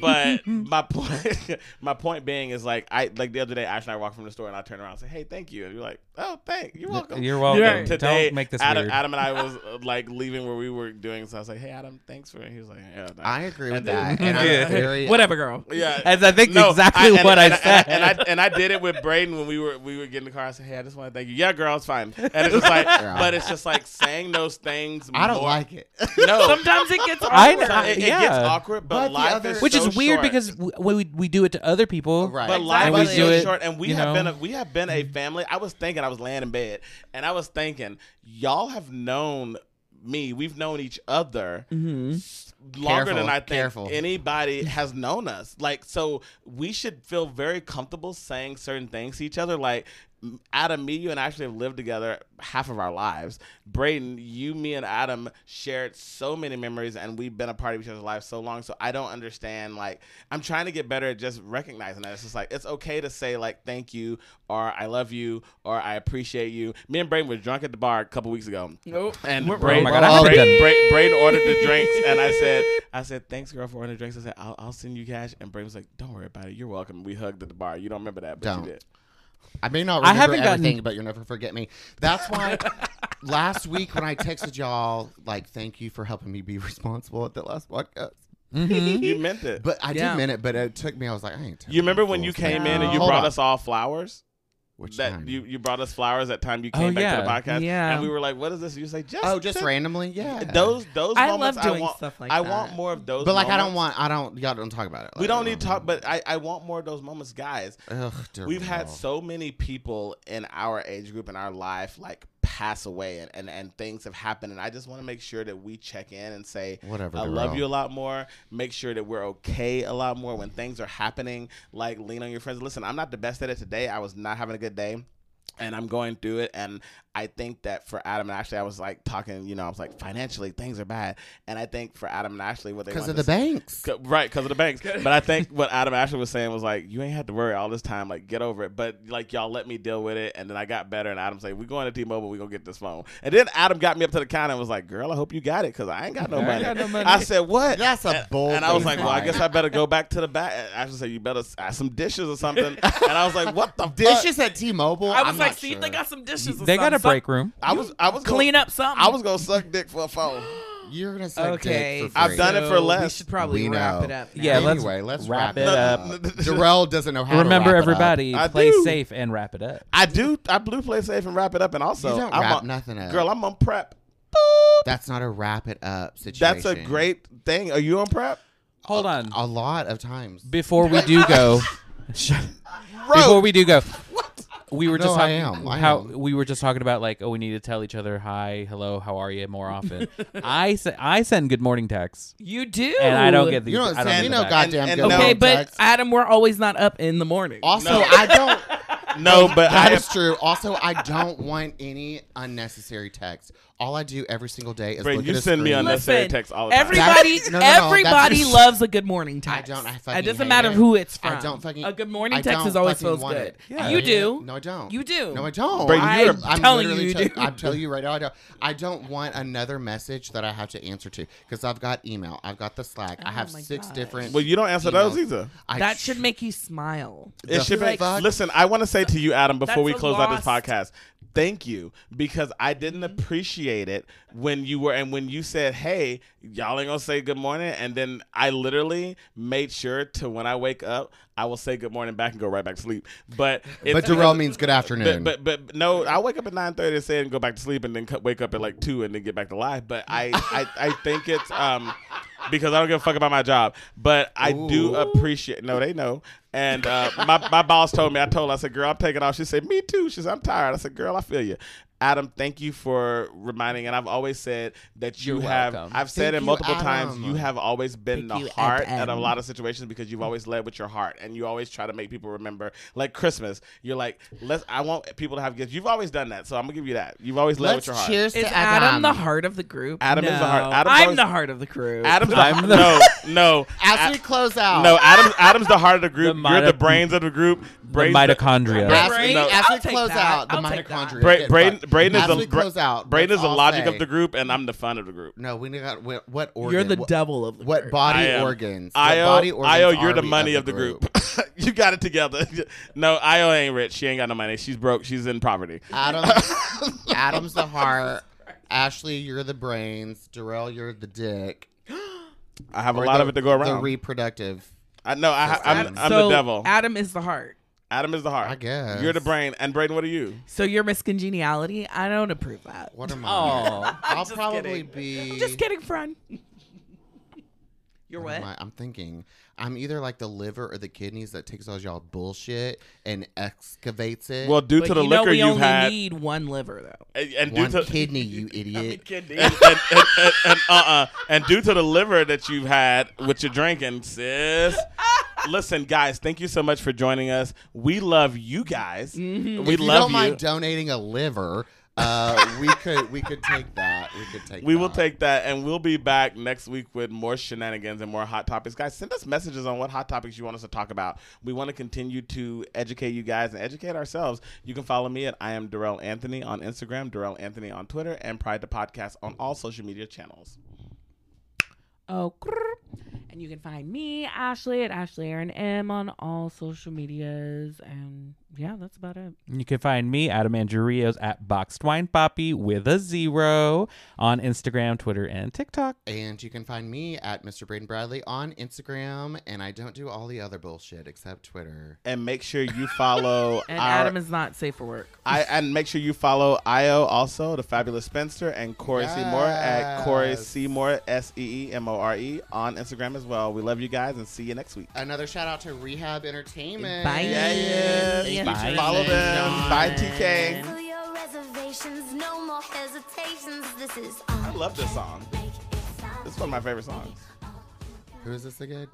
[SPEAKER 1] but my point, my point being is like, I like the other day, Ash and I walked from the store, and I turned around and said, "Hey, thank you," and you're like, "Oh, thank, you're welcome."
[SPEAKER 5] You're welcome.
[SPEAKER 1] And Today,
[SPEAKER 5] Don't make this
[SPEAKER 1] Adam,
[SPEAKER 5] weird.
[SPEAKER 1] Adam and I was uh, like leaving where we were doing, so I was like, "Hey, Adam, thanks for." it." He was like, "Yeah." thanks."
[SPEAKER 6] I agree with
[SPEAKER 1] And then-
[SPEAKER 6] that. And I'm very,
[SPEAKER 2] Whatever, girl.
[SPEAKER 1] yeah,
[SPEAKER 5] As I think
[SPEAKER 1] No,
[SPEAKER 5] exactly
[SPEAKER 1] and-
[SPEAKER 5] what I
[SPEAKER 1] and-
[SPEAKER 5] said.
[SPEAKER 1] and, I, and I and I did it with Braden when we were we were getting in the car. I said, "Hey, I just want to thank you." Yeah, girl, it's fine. And it's just like,
[SPEAKER 6] Yeah.
[SPEAKER 1] but it's just like saying those things.
[SPEAKER 6] I don't
[SPEAKER 1] more-
[SPEAKER 6] like it.
[SPEAKER 1] No,
[SPEAKER 2] Sometimes it gets.
[SPEAKER 5] I
[SPEAKER 2] awkward.
[SPEAKER 5] know.
[SPEAKER 1] it, it
[SPEAKER 5] Yeah.
[SPEAKER 1] gets awkward, but,
[SPEAKER 6] But the
[SPEAKER 1] life
[SPEAKER 6] other-
[SPEAKER 1] is
[SPEAKER 5] Which
[SPEAKER 1] so
[SPEAKER 5] is weird
[SPEAKER 1] short.
[SPEAKER 5] because we, we we do it to other people,
[SPEAKER 6] Right.
[SPEAKER 1] But life
[SPEAKER 2] Exactly.
[SPEAKER 1] is so
[SPEAKER 5] And we do it,
[SPEAKER 1] short, and we
[SPEAKER 5] you
[SPEAKER 1] have
[SPEAKER 5] know.
[SPEAKER 1] been a, we have been a family. I was thinking, I was laying in bed, and I was thinking, y'all have known me. We've known each other
[SPEAKER 5] Mm-hmm.
[SPEAKER 1] s- longer
[SPEAKER 6] Careful,
[SPEAKER 1] than I think
[SPEAKER 6] careful.
[SPEAKER 1] anybody has known us. Like, so we should feel very comfortable saying certain things to each other. Like, m- Adam, me, you, and I actually have lived together half of our lives. Brayden, you, me, and Adam shared so many memories, and we've been a part of each other's lives so long. So I don't understand. Like, I'm trying to get better at just recognizing that. It's just like it's okay to say like thank you or I love you or I appreciate you. Me and Brayden were drunk at the bar a couple weeks ago.
[SPEAKER 2] Nope.
[SPEAKER 1] And
[SPEAKER 5] Oh
[SPEAKER 1] Braden,
[SPEAKER 5] my God, I haven't
[SPEAKER 1] Braden,
[SPEAKER 5] done-
[SPEAKER 1] Braden, Braden ordered the drinks, and I said, I said, thanks, girl, for ordering the drinks. I said, I'll, I'll send you cash. And Braden was like, don't worry about it. You're welcome. We hugged at the bar. You don't remember that, but
[SPEAKER 6] Don't.
[SPEAKER 1] you did.
[SPEAKER 6] I may not
[SPEAKER 5] I
[SPEAKER 6] remember
[SPEAKER 5] haven't gotten-
[SPEAKER 6] everything, but you'll never forget me. That's why last week when I texted y'all, like, thank you for helping me be responsible at the last podcast.
[SPEAKER 5] mm-hmm,
[SPEAKER 1] You meant it.
[SPEAKER 6] But I
[SPEAKER 2] Yeah.
[SPEAKER 6] did mean it, but it took me. I was like, I ain't. telling
[SPEAKER 1] you remember when
[SPEAKER 6] fools
[SPEAKER 1] you
[SPEAKER 6] that.
[SPEAKER 1] came in and you
[SPEAKER 6] Hold
[SPEAKER 1] brought
[SPEAKER 6] on.
[SPEAKER 1] us all flowers?
[SPEAKER 6] Which
[SPEAKER 1] That
[SPEAKER 6] time?
[SPEAKER 1] you, you brought us flowers that time you
[SPEAKER 5] Oh,
[SPEAKER 1] came back to the
[SPEAKER 5] yeah.
[SPEAKER 1] podcast,
[SPEAKER 2] Yeah.
[SPEAKER 1] and we were like, "What is this?" You say, "Just
[SPEAKER 6] Oh, just
[SPEAKER 1] sit-
[SPEAKER 6] randomly, yeah.
[SPEAKER 1] Those those
[SPEAKER 2] I
[SPEAKER 1] moments,
[SPEAKER 2] love doing
[SPEAKER 1] I want,
[SPEAKER 2] stuff like
[SPEAKER 1] I
[SPEAKER 2] that.
[SPEAKER 1] want more of those.
[SPEAKER 6] but like, I don't
[SPEAKER 1] moments.
[SPEAKER 6] want. I don't. Y'all don't talk about it.
[SPEAKER 1] We
[SPEAKER 6] Like,
[SPEAKER 1] don't
[SPEAKER 6] I
[SPEAKER 1] need to talk, but I, I want more of those moments, guys.
[SPEAKER 6] Ugh, dear
[SPEAKER 1] We've had
[SPEAKER 6] Lord.
[SPEAKER 1] so many people in our age group in our life like pass away and, and, and things have happened and I just want to make sure that we check in and say
[SPEAKER 6] Whatever,
[SPEAKER 1] I love
[SPEAKER 6] girl.
[SPEAKER 1] you a lot more. Make sure that we're okay a lot more when things are happening. Like lean on your friends. Listen, I'm not the best at it today. I was not having a good day and I'm going through it and I think that for Adam and Ashley, I was like talking, you know, I was like financially things are bad, and I think for Adam and Ashley, what they
[SPEAKER 6] because
[SPEAKER 1] wanted
[SPEAKER 6] of the
[SPEAKER 1] to s-
[SPEAKER 6] banks.
[SPEAKER 1] Co- Right, because of the banks. But I think what Adam Ashley was saying was like, you ain't had to worry all this time. Like, get over it. But like, y'all let me deal with it. And then I got better. And Adam said, we going to T-Mobile. We gonna get this phone. And then Adam got me up to the counter and was like, girl, I hope you got it because I ain't got no
[SPEAKER 5] I ain't
[SPEAKER 1] money.
[SPEAKER 5] got no money.
[SPEAKER 1] I said, what?
[SPEAKER 6] That's a bold.
[SPEAKER 1] And I was
[SPEAKER 6] thing
[SPEAKER 1] like,
[SPEAKER 6] to
[SPEAKER 1] well, I
[SPEAKER 6] buy.
[SPEAKER 1] guess I better go back to the back. And Ashley said, you better add some dishes or something. And I was like, what the fuck?
[SPEAKER 6] dishes at T-Mobile.
[SPEAKER 2] I was
[SPEAKER 6] I'm
[SPEAKER 2] like,
[SPEAKER 6] not
[SPEAKER 2] see
[SPEAKER 6] sure.
[SPEAKER 2] if they got some dishes. Or
[SPEAKER 5] They got
[SPEAKER 2] something.
[SPEAKER 5] a break room.
[SPEAKER 1] I was, I was
[SPEAKER 2] Some- clean
[SPEAKER 1] gonna,
[SPEAKER 2] up something.
[SPEAKER 1] I was gonna suck dick for a phone.
[SPEAKER 6] You're gonna say
[SPEAKER 2] okay.
[SPEAKER 6] dick for
[SPEAKER 1] I've
[SPEAKER 6] free.
[SPEAKER 1] done it for
[SPEAKER 2] so We
[SPEAKER 1] less.
[SPEAKER 2] should probably
[SPEAKER 6] We
[SPEAKER 2] wrap
[SPEAKER 6] know.
[SPEAKER 2] it up. Now.
[SPEAKER 5] Yeah, let's
[SPEAKER 6] anyway, let's
[SPEAKER 5] wrap
[SPEAKER 6] wrap,
[SPEAKER 5] it
[SPEAKER 6] it
[SPEAKER 5] up.
[SPEAKER 6] up. Jarrell doesn't know how. to
[SPEAKER 5] Remember,
[SPEAKER 6] wrap it up.
[SPEAKER 5] everybody,
[SPEAKER 1] I
[SPEAKER 5] play
[SPEAKER 1] do.
[SPEAKER 5] safe and wrap it up.
[SPEAKER 1] I do. I blue play safe and wrap it up. And also,
[SPEAKER 6] You don't
[SPEAKER 1] I'm
[SPEAKER 6] wrap
[SPEAKER 1] on,
[SPEAKER 6] nothing up.
[SPEAKER 1] Girl, I'm on prep.
[SPEAKER 6] That's not a wrap it up situation.
[SPEAKER 1] That's a great thing. Are you on prep?
[SPEAKER 5] Hold on.
[SPEAKER 6] A lot of times.
[SPEAKER 5] Before we do go, before we do go, we were
[SPEAKER 6] No,
[SPEAKER 5] just
[SPEAKER 6] I
[SPEAKER 5] talking
[SPEAKER 6] am. I
[SPEAKER 5] how
[SPEAKER 6] am.
[SPEAKER 5] we were just talking about like oh we need to tell each other hi hello how are you more often. I se- I send good morning texts
[SPEAKER 2] You do.
[SPEAKER 5] and I don't get these.
[SPEAKER 6] You know
[SPEAKER 5] I
[SPEAKER 6] what
[SPEAKER 5] don't
[SPEAKER 6] I'm saying?
[SPEAKER 5] get
[SPEAKER 6] You
[SPEAKER 5] the
[SPEAKER 6] know,
[SPEAKER 5] back.
[SPEAKER 1] And-
[SPEAKER 6] goddamn good.
[SPEAKER 1] and
[SPEAKER 2] Okay,
[SPEAKER 1] No,
[SPEAKER 2] but
[SPEAKER 6] contacts.
[SPEAKER 2] Adam, we're always not up in the morning.
[SPEAKER 6] also
[SPEAKER 1] No.
[SPEAKER 6] I don't.
[SPEAKER 1] No, but I
[SPEAKER 6] That
[SPEAKER 1] have
[SPEAKER 6] is true. Also, I don't want any unnecessary text. All I do every single day is
[SPEAKER 1] Bro,
[SPEAKER 6] look
[SPEAKER 1] you
[SPEAKER 6] at a
[SPEAKER 1] send me
[SPEAKER 6] screen.
[SPEAKER 1] unnecessary- Necessary text all the time.
[SPEAKER 2] everybody,
[SPEAKER 6] That's- no, no, no, that's-
[SPEAKER 2] everybody loves a good morning
[SPEAKER 6] I
[SPEAKER 2] text.
[SPEAKER 6] don't. I fucking
[SPEAKER 2] it doesn't
[SPEAKER 6] hate
[SPEAKER 2] matter
[SPEAKER 6] it.
[SPEAKER 2] who it's from.
[SPEAKER 6] I don't fucking.
[SPEAKER 2] A good morning
[SPEAKER 6] I
[SPEAKER 2] text
[SPEAKER 6] don't
[SPEAKER 2] is always
[SPEAKER 6] fucking
[SPEAKER 2] feels
[SPEAKER 6] want
[SPEAKER 2] good.
[SPEAKER 6] it. I
[SPEAKER 2] You
[SPEAKER 6] hate it.
[SPEAKER 2] do.
[SPEAKER 6] No, I don't.
[SPEAKER 2] You do.
[SPEAKER 6] No, I don't.
[SPEAKER 1] Bro,
[SPEAKER 6] I,
[SPEAKER 1] you're-
[SPEAKER 6] I'm
[SPEAKER 2] telling
[SPEAKER 6] literally
[SPEAKER 2] you,
[SPEAKER 6] tell-
[SPEAKER 2] you do.
[SPEAKER 6] I'm telling you right now. I don't. I don't want another message that I have to answer to because I've got email. I've got the Slack. I have
[SPEAKER 2] my
[SPEAKER 6] six
[SPEAKER 2] gosh.
[SPEAKER 6] different.
[SPEAKER 1] Well, you don't answer those
[SPEAKER 6] emails.
[SPEAKER 1] either.
[SPEAKER 6] I
[SPEAKER 2] That
[SPEAKER 6] tr-
[SPEAKER 2] should make you smile.
[SPEAKER 1] It
[SPEAKER 6] The
[SPEAKER 1] should be.
[SPEAKER 6] fuck?
[SPEAKER 1] Listen, I want to say to you, Adam, before
[SPEAKER 2] That's
[SPEAKER 1] we
[SPEAKER 2] a
[SPEAKER 1] close out this
[SPEAKER 2] lost- Mm-hmm.
[SPEAKER 1] podcast, thank you because I didn't appreciate it when you were and when you said, "Hey, y'all ain't gonna say good morning," and then I literally made sure to when I wake up, I will say good morning back and go right back to sleep. But it's
[SPEAKER 6] But Darrell means good afternoon.
[SPEAKER 1] But, but but no, I wake up at nine thirty and say and go back to sleep, and then co- wake up at like two and then get back to life. But I I, I think it's um because I don't give a fuck about my job, but I do appreciate. No, they know. And uh, my my boss told me. I told. her, I said, "Girl, I'm taking off." She said, "Me too." She said, "I'm tired." I said, "Girl, I feel you." Adam, thank you for reminding. And I've always said that you
[SPEAKER 5] You're
[SPEAKER 1] have.
[SPEAKER 5] welcome.
[SPEAKER 1] I've said
[SPEAKER 6] Thank
[SPEAKER 1] it
[SPEAKER 6] you,
[SPEAKER 1] multiple times.
[SPEAKER 6] Adam.
[SPEAKER 1] You have always been
[SPEAKER 2] Thank
[SPEAKER 1] the
[SPEAKER 2] you,
[SPEAKER 1] heart at
[SPEAKER 2] Adam.
[SPEAKER 1] a lot lot of situations because
[SPEAKER 6] Hmm.
[SPEAKER 1] you've always led with your heart and you always try to make people remember like Christmas. You're like, let's I want people to have gifts. You've always done that, so I'm gonna give you that. You've always led with
[SPEAKER 6] Let's
[SPEAKER 1] your heart.
[SPEAKER 6] cheers
[SPEAKER 2] Is
[SPEAKER 6] to
[SPEAKER 2] Adam the heart of the group?
[SPEAKER 1] Adam is the heart.
[SPEAKER 2] No.
[SPEAKER 1] Adam's
[SPEAKER 2] I'm
[SPEAKER 1] always-
[SPEAKER 2] the heart of the crew.
[SPEAKER 1] Adam's the,
[SPEAKER 5] I'm the-
[SPEAKER 1] no, no.
[SPEAKER 6] As
[SPEAKER 1] A-
[SPEAKER 6] we close out,
[SPEAKER 1] no, Adam's Adam's the heart of the group.
[SPEAKER 5] The
[SPEAKER 1] You're the
[SPEAKER 5] mitoc-
[SPEAKER 1] brains of the group.
[SPEAKER 5] The
[SPEAKER 1] Brains
[SPEAKER 5] mitochondria.
[SPEAKER 1] Bra-
[SPEAKER 6] As, we-
[SPEAKER 1] Brain? No.
[SPEAKER 6] as
[SPEAKER 2] I'll
[SPEAKER 6] we
[SPEAKER 2] take
[SPEAKER 6] close
[SPEAKER 2] that.
[SPEAKER 6] out, the
[SPEAKER 2] I'll take that.
[SPEAKER 6] mitochondria.
[SPEAKER 1] Bra-
[SPEAKER 6] get
[SPEAKER 1] brain,
[SPEAKER 6] fucked.
[SPEAKER 1] brain is
[SPEAKER 6] as
[SPEAKER 1] the
[SPEAKER 6] we
[SPEAKER 1] bra-
[SPEAKER 6] close out.
[SPEAKER 1] Brain
[SPEAKER 6] let's
[SPEAKER 1] is the
[SPEAKER 6] all
[SPEAKER 1] logic
[SPEAKER 6] say-
[SPEAKER 1] of the group, and I'm the fun of the group.
[SPEAKER 6] No, we got what, what organ?
[SPEAKER 2] You're the
[SPEAKER 6] what,
[SPEAKER 2] devil of the
[SPEAKER 6] What
[SPEAKER 2] group.
[SPEAKER 1] I
[SPEAKER 6] body
[SPEAKER 1] am.
[SPEAKER 6] organs? What
[SPEAKER 1] Io,
[SPEAKER 6] body organs
[SPEAKER 1] Io,
[SPEAKER 6] are
[SPEAKER 1] you're the
[SPEAKER 6] we
[SPEAKER 1] money of the group. you got it together. no, Io ain't rich. She ain't got no money. She's broke. She's in poverty.
[SPEAKER 6] Adam, Adam's the heart. Ashley, you're the brains. Darrell, you're the dick.
[SPEAKER 1] I have a
[SPEAKER 6] Or
[SPEAKER 1] lot
[SPEAKER 6] the-
[SPEAKER 1] of it to go
[SPEAKER 6] The
[SPEAKER 1] around.
[SPEAKER 6] reproductive.
[SPEAKER 1] I know. I, I'm,
[SPEAKER 6] Adam.
[SPEAKER 1] I'm
[SPEAKER 2] so
[SPEAKER 1] the devil.
[SPEAKER 2] Adam is the heart.
[SPEAKER 1] Adam is the heart.
[SPEAKER 6] I guess.
[SPEAKER 1] You're the brain. And Braden, what are you?
[SPEAKER 2] So your miscongeniality, I don't approve that.
[SPEAKER 6] What am I?
[SPEAKER 5] Oh,
[SPEAKER 6] I'll
[SPEAKER 2] just
[SPEAKER 6] probably
[SPEAKER 2] kidding.
[SPEAKER 6] be.
[SPEAKER 2] I'm just kidding, friend. You're
[SPEAKER 6] what
[SPEAKER 2] what?
[SPEAKER 6] am I, I'm thinking. I'm either like the liver or the kidneys that takes all y'all bullshit and excavates it.
[SPEAKER 1] Well, due
[SPEAKER 2] But
[SPEAKER 1] to the
[SPEAKER 2] you know
[SPEAKER 1] liquor
[SPEAKER 2] we
[SPEAKER 1] you've
[SPEAKER 2] only
[SPEAKER 1] had,
[SPEAKER 2] need one liver though.
[SPEAKER 1] and, and due
[SPEAKER 6] one
[SPEAKER 1] to
[SPEAKER 6] kidney, you idiot.
[SPEAKER 1] and, and, and, and, and, uh-uh. and due to the liver that you've had with your drinking, sis. Listen, guys, thank you so much for joining us. We love you guys.
[SPEAKER 2] Mm-hmm.
[SPEAKER 1] We
[SPEAKER 6] if you
[SPEAKER 1] love
[SPEAKER 6] don't mind donating a liver, uh, we could we could take that. We could take.
[SPEAKER 1] We will
[SPEAKER 6] that.
[SPEAKER 1] take that, and we'll be back next week with more shenanigans and more hot topics. Guys, send us messages on what hot topics you want us to talk about. We want to continue to educate you guys and educate ourselves. You can follow me at I am Darrell Anthony on Instagram, Darrell Anthony on Twitter, and Pride to Podcast on all social media channels.
[SPEAKER 2] Oh, grrr. and you can find me, Ashley, at Ashley Aaron M on all social medias. And yeah, that's about it.
[SPEAKER 5] You can find me, Adam Andrews, at Boxed Wine Poppy with a zero on Instagram, Twitter, and TikTok.
[SPEAKER 6] And you can find me at Mr. Braden Bradley on Instagram, and I don't do all the other bullshit except Twitter.
[SPEAKER 1] And make sure you follow
[SPEAKER 2] And
[SPEAKER 1] our-
[SPEAKER 2] Adam is not safe for work.
[SPEAKER 1] I and make sure you follow Io also, the fabulous spinster, and Corey Seymour at Corey
[SPEAKER 6] Yes.
[SPEAKER 1] Seymour S E E M O R E on Instagram as well. We love you guys and see you next week.
[SPEAKER 6] Another shout out to Rehab Entertainment.
[SPEAKER 2] Bye.
[SPEAKER 1] Yeah, yeah.
[SPEAKER 2] Thank you,
[SPEAKER 1] Bye.
[SPEAKER 2] Jason.
[SPEAKER 1] Follow them. Bye, TK.
[SPEAKER 4] Cancel your reservations, no more hesitations. This is on.
[SPEAKER 1] I love this song.
[SPEAKER 4] Make it sound.
[SPEAKER 1] It's one of my favorite songs.
[SPEAKER 6] Who is this again?